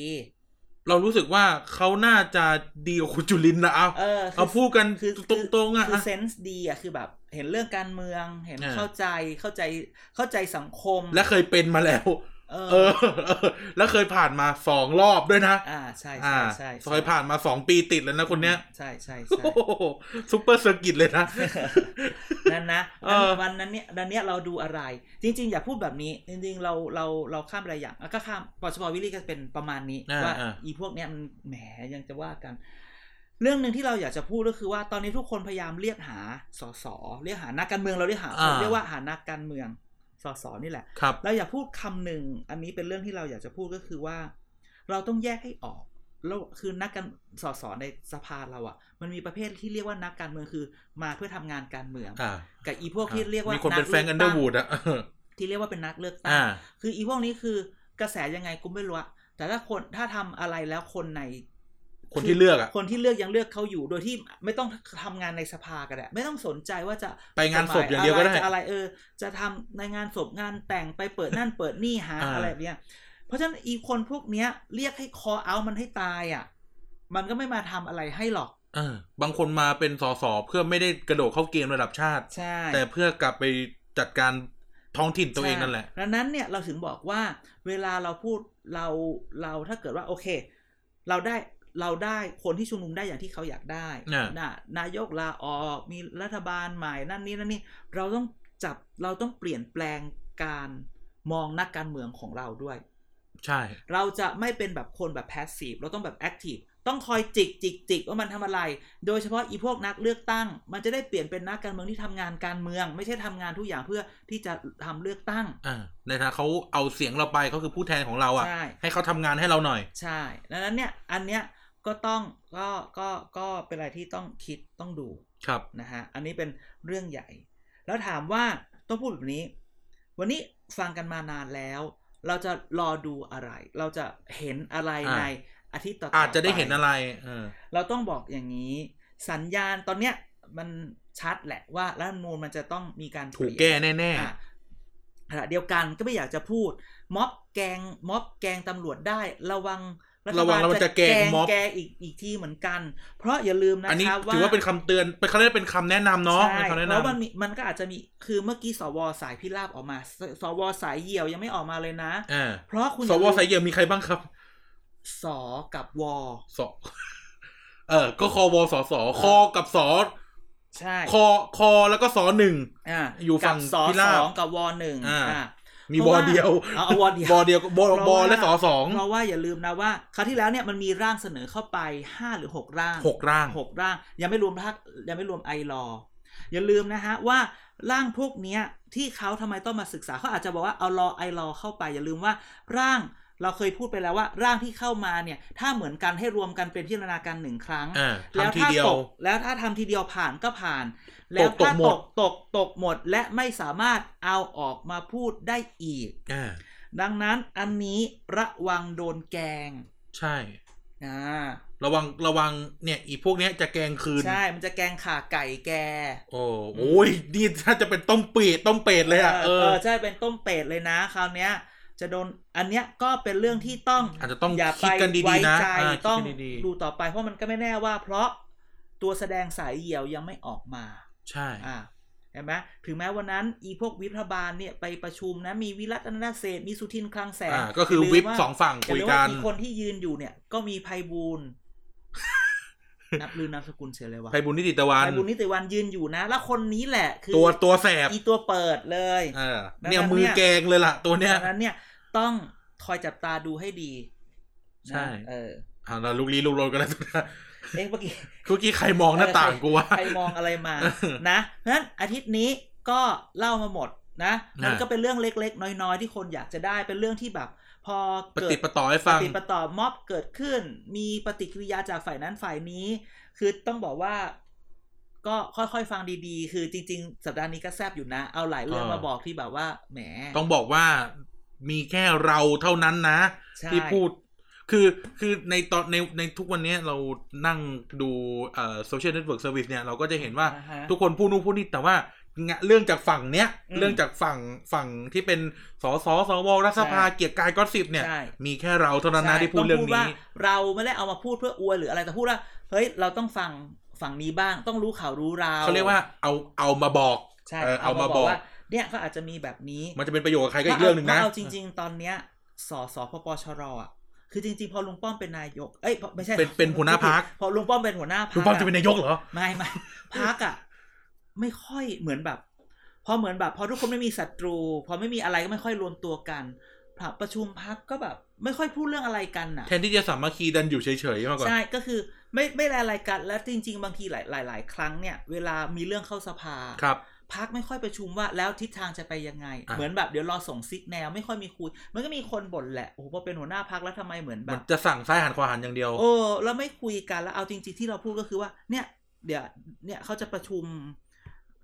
S2: เรารู้สึกว่าเขาน่าจะดีกว่าคุณจุลินนะเอา
S1: เออคื
S2: เอาพูดกัน
S1: คือ
S2: ตรงๆอ่ะ
S1: คือเซนส์ดีอ่ะคือแบบ เห็นเรื่องการเมืองเห็น
S2: อ่า
S1: เข้าใจเข้าใจเข้าใจสังคม
S2: และเคยเป็นมาแล้ว
S1: เออ
S2: เออเออ แล้วเคยผ่านมาสองรอบด้วยนะ
S1: อ่าใช่
S2: อ่า
S1: ใช่ใช่
S2: เคยผ่านมาสองปีติดแล้วนะคนเนี้ย
S1: ใช่ใช่
S2: โอ้
S1: ใช่
S2: โหซุปเปอร์เซอร์กิตเลยนะ
S1: นั่นนะ
S2: เออ
S1: วันนั้นเนี่ยวันเนี้ยเราดูอะไร จริง ๆ อย่าพูดแบบนี้ จริง ๆ เราเราเราข้ามอะไรอย่างอ่ะก็ข้ามปชปวิลลี่ก็เป็นประมาณนี้
S2: อ่า
S1: ว่า
S2: อ่า
S1: อีพวกเนี้ยมันแหมยังจะว่ากัน เรื่องหนึ่งที่เราอยากจะพูดก็คือว่าตอนนี้ทุกคนพยายามเรียกหาสสเรียกหานักการเมืองเราเรียกหา
S2: อ่า
S1: เรียกว่าหานักการเมืองสสนี่แหละ
S2: ครับ
S1: เราอย่าพูดคำหนึ่งอันนี้เป็นเรื่องที่เราอยากจะพูดก็คือว่า เราต้องแยกให้ออกแล้วคือนักการสอสอในสภาเราอะ่ะ มันมีประเภทที่เรียกว่านักการเมืองคือมาเพื่อทำงานการเมือง
S2: อ่า
S1: กับอีพวกที่เรียกว่า
S2: มีคนเป็นแฟรงก์อันเดอร์วูดอะ
S1: ที่เรียกว่าเป็นนักเลือกตั้ง
S2: อ่า
S1: คืออีพวกนี้คือกระแสยังไงกูไม่รู้อะแต่ถ้าคนถ้าทำอะไรแล้วคนใน
S2: คนที่เลือกอะ
S1: คนที่เลือกยังเลือกเขาอยู่โดยที่ไม่ต้องทำงานในสภาก็ได้ไม่ต้องสนใจว่าจะ
S2: ไปงานศพอย่างเดียวก็ได้
S1: จะอะไรเออ จะทำในงานศพงานแต่งไปเปิดนั่น เปิดนี่หา
S2: อ่า
S1: อะไรแบบเนี้ยเพราะฉะนั้นอีคนพวกเนี้ย เรียกให้คอเอามันให้ตายอ่ะ มันก็ไม่มาทำอะไรให้หรอก
S2: เออบางคนมาเป็นสสเพื่อไม่ได้กระโดดเข้าเกมระดับชาติ
S1: ใช่
S2: แต่เพื่อกลับไปจัดการท้องถิ่นตัวเองนั่นแหละ
S1: ดังนั้นเนี่ยเราถึงบอกว่าเวลาเราพูดเราเราถ้าเกิดว่าโอเค เราได้เราได้คนที่ชุมนุมได้อย่างที่เขาอยากได้
S2: อ่ะ
S1: นะนายกลาออกมีรัฐบาลใหม่นั่นนี่นั่นนี่เราต้องจับเราต้องเปลี่ยนแปลงการมองนักการเมืองของเราด้วย
S2: ใช่
S1: เราจะไม่เป็นแบบคนแบบแพสซีฟเราต้องแบบแอคทีฟต้องคอยจิกจิกจิกว่ามันทำอะไร โดยเฉพาะอีพวกนักเลือกตั้ง มันจะได้เปลี่ยนเป็นนักการเมืองที่ทำงานการเมือง ไม่ใช่ทำงานทุกอย่างเพื่อที่จะทำเลือกตั้ง
S2: อ่าในฐานะเขาเอาเสียงเราไปเขาคือผู้แทนของเราอ่ะ
S1: ใช่
S2: ให้เขาทำงานให้เราหน่อย
S1: ใช่ดังนั้นเนี่ย อันเนี้ยก็ต้องก็ก็ก็เป็นอะไรที่ต้องคิดต้องดู
S2: ครับ
S1: นะฮะ อันนี้เป็นเรื่องใหญ่ แล้วถามว่าต้องพูดแบบนี้ วันนี้ฟังกันมานานแล้ว เราจะรอดูอะไร เราจะเห็นอะไร
S2: อ่า
S1: ในอาทิตย์ต่อๆ
S2: อาจจะได้เห็น
S1: ป
S2: อะไร เออ
S1: เราต้องบอกอย่างนี้ สัญญาณตอนเนี้ยมันชัดแหละว่ารัฐธรรมนูญมันจะต้องมีการ
S2: ถู
S1: เป
S2: ก
S1: ลี่
S2: แก้
S1: ยน
S2: แน่
S1: อ่ะขณะเดียวกันก็ไม่อยากจะพูด ม็อบแกงม็อบแกงตำรวจได้ ระวังฐบาล
S2: ระวังแล้วมันจะแกงม็อบ
S1: แกงอีกอีกที่เหมือนกัน เพราะอย่าลืม
S2: ๆ
S1: นะ
S2: อันนี้
S1: คะ
S2: ถือว่าเป็นคำเตือนเป็นเขาเรียกเป็นคำแนะนำเนาะ
S1: ใช่
S2: เป็นคำแนะ
S1: เพราะมัน
S2: นำ
S1: มีมันก็อาจจะมีคือเมื่อกี้สวสายพิราบออกมาสสวสายเหี่ยวยังไม่ออกมาเลยนะ
S2: อ่า
S1: เพราะคุณ
S2: สวสายเยี่ยมมีใครบ้างครับ
S1: สกับว
S2: ส เออก็คอวสสคอกับสอ
S1: ใช่
S2: คอคอแล้วก็สอหนึ่ง
S1: อ่า
S2: อยู่ฝั่ง
S1: กับสอ
S2: พิราบ
S1: สองกับวอหนึ่ง
S2: อ่า
S1: อ่า
S2: มี
S1: เพ
S2: บ
S1: ราะ
S2: อ
S1: ว่า
S2: เดียว
S1: เอาเอาวอเดียว
S2: บอเดียวบอ
S1: เพราะว่า
S2: บอและสอสอง
S1: เพราะว่าอย่าลืมนะว่าคราวที่แล้วเนี่ยมันมีร่างเสนอเข้าไปห้าหรือหกร่าง
S2: หกร่าง
S1: หกร่างยังไม่รวมพักยังไม่รวมไอรออย่าลืมนะฮะว่าร่างพวกเนี้ยที่เขาทำไมต้องมาศึกษาเขาอาจจะบอกว่าเอารอไอรอเข้าไป อย่าลืมว่าร่างเราเคยพูดไปแล้วว่า ร่างที่เข้ามาเนี่ยถ้าเหมือนกันให้รวมกันเป็นพิจารณาการหนึ่งครั้ง
S2: อ่า
S1: แล้ว
S2: ทำที
S1: ถ้า
S2: เดียว
S1: ตกแล้วถ้าทำทีเดียวผ่านก็ผ่าน
S2: ต
S1: แล้ว
S2: กตก
S1: ถ้า
S2: หม
S1: ต
S2: ด
S1: กตกตกหมดและไม่สามารถเอาออกมาพูดได้อีก
S2: อ่า
S1: ดังนั้นอันนี้ระวังโดนแกง
S2: ใช่
S1: อ่า
S2: ระวังระวังเนี่ยอีพวกเนี้ยจะแกงคืน
S1: ใช่มันจะแกงขาไก่แก
S2: โอ้โอ้ยนี่ถ้าจะเป็นต้มปีดต้มเป็ดเลยอ่ะเอ
S1: เอ
S2: อ
S1: อใช่เป็นต้มเป็ดเลยนะคราวเนี้ย จะโดนอันเนี้ยก็เป็นเรื่องที่ต้อง
S2: อาจจะต้อง
S1: อย่า
S2: คิดกันดี
S1: ไว้
S2: ๆนะ
S1: ใจ
S2: อ่าคิด
S1: ต้อง
S2: กันดี
S1: ดูต่อไปเพราะมันก็ไม่แน่ว่า เพราะตัวแสดงสายเหี่ยวยังไม่ออกมา
S2: ๆใช่
S1: อ่าเห็นไหมถึงแม้วันนั้นอีพวกวิพบาลเนี่ยไปประชุมนะมีวิรัตนเศรษฐ์มีสุทินคลังแสง
S2: อ่า ก็คืออย่
S1: าลืม
S2: วิป
S1: า
S2: สองฝั่ง
S1: อ
S2: คุ
S1: ย่าย ลืม
S2: กั
S1: ว่าน อีคนที่ยืนอยู่เนี่ย ก็มีไพบู ลย์ นับลืมนามสกุลเสียเลยวะ
S2: ไพบุญนิติตะวัน
S1: ไพบูลย์นิติวันยืนอยู่นะ แล้วคนนี้แหละคือ
S2: ตัวตัวแสบ
S1: อีตัวเปิดเลย
S2: เออ
S1: ดังนั้น
S2: เนี่ยมือ
S1: เนี่ย
S2: แกงเลยล่ะ ตัวเนี้ย
S1: ดังนั้นเนี่ยต้องคอยจับตาดูให้ดีนะ
S2: ใช่
S1: เออ
S2: อ่าเราลูกลี้ลูกลนกันแล้ว
S1: เอ๊ะเมื่อกี้
S2: เมื่อกี้ใครมองหน้าต่างกูวะ
S1: ใครมองอะไรมา
S2: เออ
S1: นะเพราะฉะนั้นอาทิตย์นี้ก็เล่ามาหมดนะ
S2: นะ
S1: มันก็เป็นเรื่องเล็ก ๆ น้อย ๆ ที่คนอยากจะได้ เป็นเรื่องที่แบบ พอ
S2: ป
S1: เกิด
S2: ฏิดประต่อให้ฟัง
S1: ปฏิดประต่อม็อบเกิดขึ้น มีปฏิกิริยาจากฝ่ายนั้นฝ่ายนี้ คือต้องบอกว่า ก็ค่อยๆฟังดีๆ คือจริง ๆ สัปดาห์นี้ก็แซบอยู่นะ เอาหลายเรื่อง
S2: เออ
S1: มาบอกที่แบบว่าแหม
S2: ต้องบอกว่ามีแค่เราเท่านั้นนะ
S1: ใช่
S2: ที่พูด คือ คือ ในตอน ใน ในทุกวันเนี้ยเรานั่งดูเอ่อโซเชียลเน็ตเวิร์กเซอร์วิสเนี่ย เราก็จะเห็นว่า
S1: อ่าฮะ
S2: ทุกคนพูดนู่นพูดนี่แต่ว่างะเรื่องจากฝั่งเนี้ย
S1: อืม
S2: เรื่องจากฝั่ง ฝั่งที่เป็น สส สว รัฐสภา
S1: ใช่
S2: เกียรติกายก็สิบเนี่ย
S1: ใช่
S2: มีแค่เราเท่านั้นนะที่พูดเรื่อง
S1: ต้
S2: นี้
S1: ว่าเราไม่ได้เอามาพูดเพื่ออวยหรืออะไรแต่พูดว่าเฮ้ยเราต้องฟังฝั่งนี้บ้าง ต้องรู้ข่าวรู้ราว
S2: เขาเรียกว่า เอา เอามาบอก
S1: ใช่
S2: เออ
S1: เอามา
S2: เอามา
S1: บบ อ
S2: อก ก
S1: ว่าเนี่ยเขาอาจจะมีแบบนี้
S2: มันจะเป็นประโยชน์กับใครก็อีกเรื่องหนึ่งนะ
S1: พาเอาจริง ๆ ตอนเนี้ยสสพปชรอ่ะคือจริง ๆ พอลุงป้อมเป็นนายกเอ้ยพอไม่ใช่
S2: เป็นเป็นหัวหน้าพรรค
S1: พอลุงป้อมเป็นหัวหน้าพรรค
S2: คุณป้อมจะเป็นนายกเหรอ
S1: ไม่ไม่พักอ่ะไม่ค่อยเหมือนแบบพอเหมือนแบบ พอทุกคนไม่มีศัตรูพอไม่มีอะไรก็ไม่ค่อยรวมตัวกันประชุมพักก็แบบ ไม่ค่อยพูดเรื่องอะไรกันน่ะ
S2: แทนที่จะสามัคคีดันอยู่เฉยๆมากกว่า
S1: ใช่ก็คือไม่ไม่ละลายกันและจริง ๆ บางทีหลายหลายหลายครั้งเนี่ย เวลามีเรื่องเข้าสภา
S2: ครับ
S1: พักไม่ค่อยประชุมว่าแล้วทิศทางจะไปยังไง
S2: อ่ะ
S1: เหมือนแบบเดี๋ยวรอส่งซิกแนวไม่ค่อยมีคุย มันก็มีคนบ่นแหละโอ้โหพอเป็นหัวหน้าพักแล้วทำไมเหมือนแบ
S2: มัน
S1: บ
S2: จะสั่งซ้ายหันขวาหันอย่างเดียว
S1: โอ้แล้วไม่คุยกันแล้วเอาจริง ๆ ที่เราพูดก็คือว่า เนี่ย เดี๋ยวเนี่ยเขาจะประชุม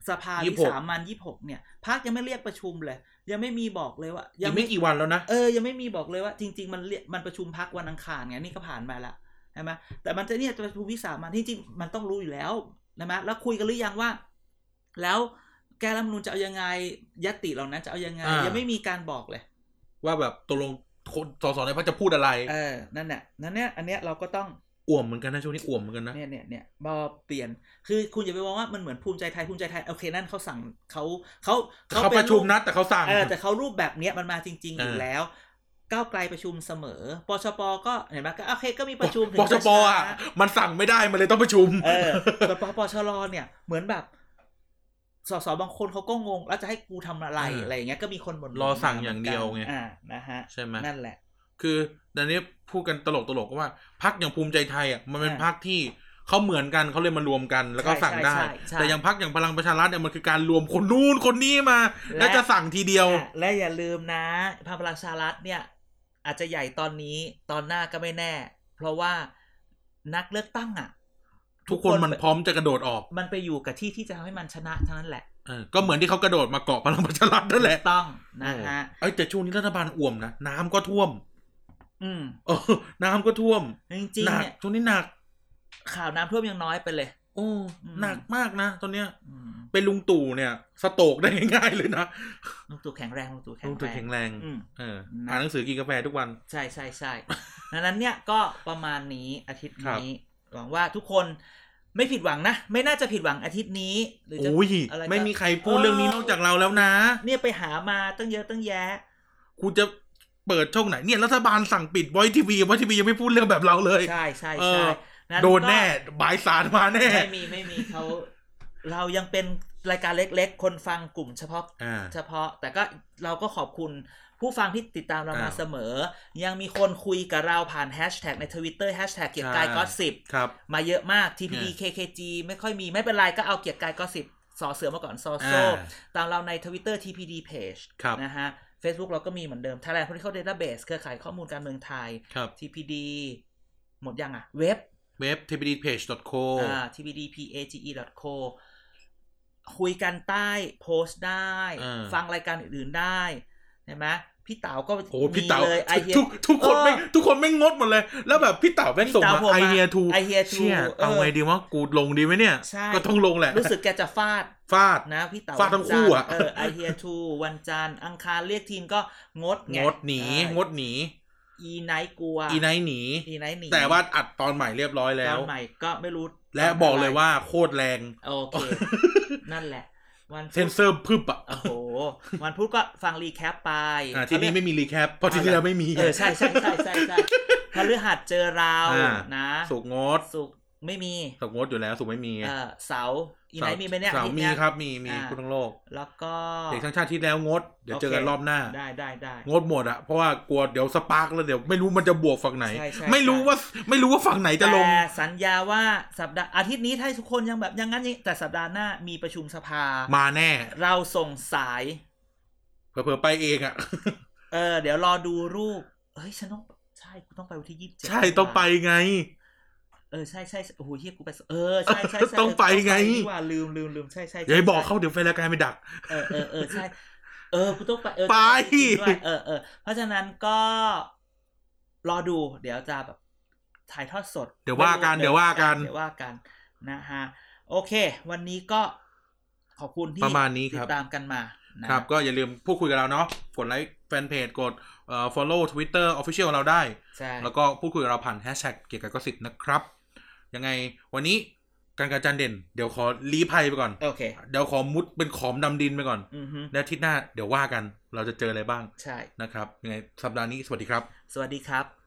S1: สภาวิ
S2: 26
S1: สามันยี่หกเนี่ยพักยังไม่เรียกประชุมเลย ยังไม่มีบอกเลยว่า
S2: ยั
S1: ยัง ง
S2: ไม่
S1: ไม่
S2: กี่วันแล้วนะ
S1: เออยังไม่มีบอกเลยว่าจริง ๆ มันเรียกมันประชุมพักวันอังคารไงนี่ก็ผ่านมาละใช่ไหมแต่มันจะเนี่ยจะประชุมวิสามันที่จริงมันต้องรู้อยู่แล้วนะมะแล้วคุยกันหรือยังว่า แล้วแกรัฐธรรมนูญจะเอายังไงยติเหล่านั้นจะเอายังไง
S2: อ่ายั
S1: ยังไม่มีการบอกเลย
S2: ว่าแบบตกลงคนสสในพักจะพูดอะไร
S1: เออนั่นแหละนั่นเนี่ยอันเนี้ยเราก็ต้อง
S2: อ่วมเหมือนกันนะช่วงนี้อ่วมเหมือนกันนะ
S1: เนี่ยเนี่ยเนี่ยบอเปลี่ยน คือคุณอย่าไปมองว่ามันเหมือนภูมิใจไทยภูมิใจไทยโอเคนั่นเขาสั่งเขาเขา
S2: เขา
S1: ป็น
S2: ประชุมนัดแต่เขาสั่ง
S1: เออแต่เขารูปแบบเนี้ยมันมาจริง ๆ อยู่
S2: เออ
S1: แล้ว ก้าวไกลประชุมเสมอ ปชปก็เห็นไหมก็โอเคก็มีประชุมถึง
S2: ปชป
S1: า
S2: อ่ะ มันสั่งไม่ได้มันเลยต้องประชุม
S1: เออแต่ปปชรเนี่ยเหมือนแบบสสบางคนเขาก็งง แล้วจะให้กูทำอะไร
S2: เอออ
S1: อะไรอย่างเงี้ยก็มีคนบ่นๆ
S2: รอสั่งอย่างเดียวไง
S1: อ่านะฮะ
S2: ใช่ไหม
S1: นั่นแหละ
S2: คือดังนี้พูดกันตลกตลกๆก็ว่าพักอย่างภูมิใจไทยอ่ะมันเป็น
S1: อ่า
S2: พักที่เขาเหมือนกันเขาเลยมารวมกันแล้วก็
S1: ใช่
S2: สั่งได้
S1: ใช่ใช่
S2: แต่อย่างพักอย่างพลังประชารัฐเนี่ยมันคือการรวมคนนู้นคนนี้มา
S1: และ
S2: แล้วจะสั่งทีเดียว
S1: อ่ะและอย่าลืมนะพลังประชารัฐเนี่ย อาจจะใหญ่ตอนนี้ตอนหน้าก็ไม่แน่ เพราะว่านักเลือกตั้งอ่ะ
S2: ทุกคนมันพร้อมจะกระโดดออก
S1: มันไปอยู่กับที่ที่จะทำให้มันชนะเท่านั้นแหละ
S2: เออก็เหมือนที่เขากระโดดมาเกาะพลังประชารัฐนั่นแหละ
S1: ถูกต้องนะฮะ
S2: เอ้ยแต่ช่วงนี้รัฐบาลอ่วมนะน้ำก็ท่วม
S1: อืม
S2: เออ น้ำก็ท่วม
S1: จริงๆ
S2: หนัก
S1: เนี่ย
S2: ช่วงนี้หนัก
S1: ข่าวน้ำท่วมยังน้อยไปเลย
S2: โอ้
S1: อืม
S2: หนักมากนะตอนเนี้ย
S1: อืม
S2: เป็นลุงตู่เนี่ย สโตกได้ ง่ายๆเลยนะ
S1: ลุงตู่แข็งแรงลุงตู่แข็ง
S2: ลุงตู่
S1: แร
S2: แข็
S1: ง
S2: งแรง
S1: อืม
S2: เออ
S1: นะ
S2: อ่านหนังสือกินกาแฟทุกวัน
S1: ใช่ใช่ใช่ ดังนั้นเนี่ยก็ประมาณนี้อาทิตย์
S2: ครับ
S1: นี้ หวังว่าทุกคนไม่ผิดหวังนะ ไม่น่าจะผิดหวังอาทิตย์นี้หรือจะ
S2: โอ้ย
S1: อะไรกัน
S2: ไม่มีใครพูด
S1: เออ
S2: เรื่องนี้นอกจากเราแล้วนะ
S1: เนี่ยไปหามาตั้งเยอะตั้งแยะ
S2: คุณจะเปิดช่องไหนเนี่ยรัฐบาลสั่งปิดไวทีวีไวทีวียังไม่พูดเรื่องแบบเราเลย
S1: ใช่ใช่
S2: เอ
S1: ใช่
S2: อ
S1: ะ
S2: โดนแน่บายสารมาแน่
S1: ไม่มีไม่มีเขาเรายังเป็นรายการเล็กๆ คนฟังกลุ่มเฉพาะ
S2: อ่า
S1: เฉพาะแต่ก็เราก็ขอบคุณผู้ฟังที่ติดตามเรามา
S2: อ้าว
S1: เสมอ ยังมีคนคุยกับเราผ่านแฮชแท็กในทวิตเตอร์แฮชแท็กเกียรติกาย
S2: ใช่
S1: ก็สิบ
S2: ครับ
S1: มาเยอะมาก TPD
S2: เนี่ย
S1: KKG ไม่ค่อยมีไม่เป็นไรก็เอาเกียรติกายก็สิบสอเสือมาก่อนซอโซ
S2: อ่า
S1: ตามเราในทวิตเตอร์ TPD Page
S2: ครับ
S1: นะฮะ Facebook เราก็มีเหมือนเดิม Thailand Political Database เครือข่ายข้อมูลการเมืองไทย
S2: ครับ
S1: TPD หมดยังอ่ะ เว็บ
S2: เว็บ tbdpage.co
S1: อ่า tbdpage.co คุยกันใต้โพสต์ได้
S2: อ่า
S1: ฟังรายการอื่นๆได้ใช่ไหมพี่เต๋าก็
S2: โอ้พี่เต๋า
S1: เลยไอเฮีย
S2: ทุกทุกคน
S1: เออ
S2: ไม่ทุกคนไม่งดหมดเลย แล้วแบบพี่เต๋าแม่ง
S1: พี่
S2: ส่ง
S1: เต๋า
S2: มา
S1: ผมอะ
S2: ไอเ e ียทู
S1: I hear to
S2: เชี่ย
S1: เออ
S2: เอาไงดีวะกูลงดีไหมเนี่ย
S1: ใช่
S2: ก็ต้องลงแหละ
S1: รู้สึกแกจะฟาด
S2: ฟาด
S1: นะพี่เต๋า
S2: ฟาดทั้งคู่อะ
S1: เออไอเฮียทูวันจันทร์อังคารเรียกทีมก็งดไ
S2: งดหนี
S1: ใช่
S2: งดหนี
S1: อีไนท์กลัว
S2: อีไนท์หนี
S1: อีไนท์หนี
S2: แต่ว่าอัดตอนใหม่เรียบร้อยแล้ว
S1: ตอนใหม่ก็ไม่รู้
S2: และบอกเลยว่าโคตรแรง
S1: โอเค นั่นแหละ วัน
S2: เซนเซอร์พึบอะ
S1: โอ้โห วันพุธก็ฟังรีแคปไป
S2: อ่ะทีนี้ไม่มีรีแคปเพราะทีที่แล้วไม่มี
S1: เออใช่ใช่ใช่ใช่ใช่พฤหัสเจอเรา
S2: อ่า
S1: นะ
S2: สุกงด
S1: สุกร์ไม่มี
S2: สุกงดอยู่แล้วสุกไม่มี
S1: เออเสาร์อีไนท์มีไหมเนี่ย
S2: สา
S1: อา
S2: ว
S1: ทิตย์
S2: มี
S1: เนี้ย
S2: ครับมีมี
S1: อ่า
S2: คุณทั้งโลก
S1: แล้วก็
S2: เด็กทั้งชาติที่แล้วงด เดี๋ยวเจอกันรอบหน้า
S1: ได้ได้ได้
S2: งดหมดอะเพราะว่ากลัวเดี๋ยวสปาร์กแล้วเดี๋ยวไม่รู้มันจะบวกฝั่งไหน
S1: ใช่ใช่
S2: ไม่รู้
S1: ใช่
S2: ว่าไม่รู้ว่าฝั่งไหนจะลง
S1: แต่สัญญาว่าสัปดาห์อาทิตย์นี้ถ้าทุกคนยังแบบอยังงั้นอย่างนี้แต่สัปดาห์หน้ามีประชุมสภา
S2: มาแน่
S1: เราส่งสาย
S2: เผลอๆไปเองอะ
S1: เออเดี๋ยวรอดูรูปเฮ้ยฉันต้องใช่กูต้องไปวันที่ยี่สิบเจ็ด
S2: ใช่ต้องไปไง
S1: เออใช่ใช่ใช่โอ้โหเฮียกูไปเออใช่ใช่ใช่
S2: ต้องไปไง
S1: เออนี่ว่าลืมลืมลืมใช่ใช่
S2: อย่าให้
S1: ใช่
S2: บอกเขาเดี๋ยวแฟนรายการไปดัก
S1: เออเออเออใช่ เออกูต้องไปเออ
S2: ไป
S1: จริงๆด้วยเออเออเพราะฉะนั้นก็รอดูเดี๋ยวจะแบบถ่ายทอดสด
S2: เดี๋ยวว่ากันเดี๋ยวว่ากัน
S1: เดี๋ยวว่ากันนะฮะโอเค วันนี้ก็ขอบคุณที่
S2: ประมาณนี้ครับ
S1: ติดตามกันมานะครับ
S2: ก็อย่าลืมพูดคุยกับเราเนาะกดไลค์แฟนเพจกดเอ่อ follow Twitter official ของเราได้
S1: ใช่
S2: แล้วก็พูดคุยกับเราผ่านแฮชแท็กเกียรติกายก็สิบนะครับ ยังไงวันนี้การกบอาจารย์เด่น เดี๋ยวขอลีภัยไปก่อน
S1: โอเค
S2: เดี๋ยวขอมุดเป็นขอมดำดินไปก่อน
S1: อือฮึ
S2: และอาทิตย์หน้าเดี๋ยวว่ากัน เราจะเจออะไรบ้าง
S1: ใช่
S2: นะครับ ยังไงสัปดาห์นี้สวัสดีครับ
S1: สวัสดีครับ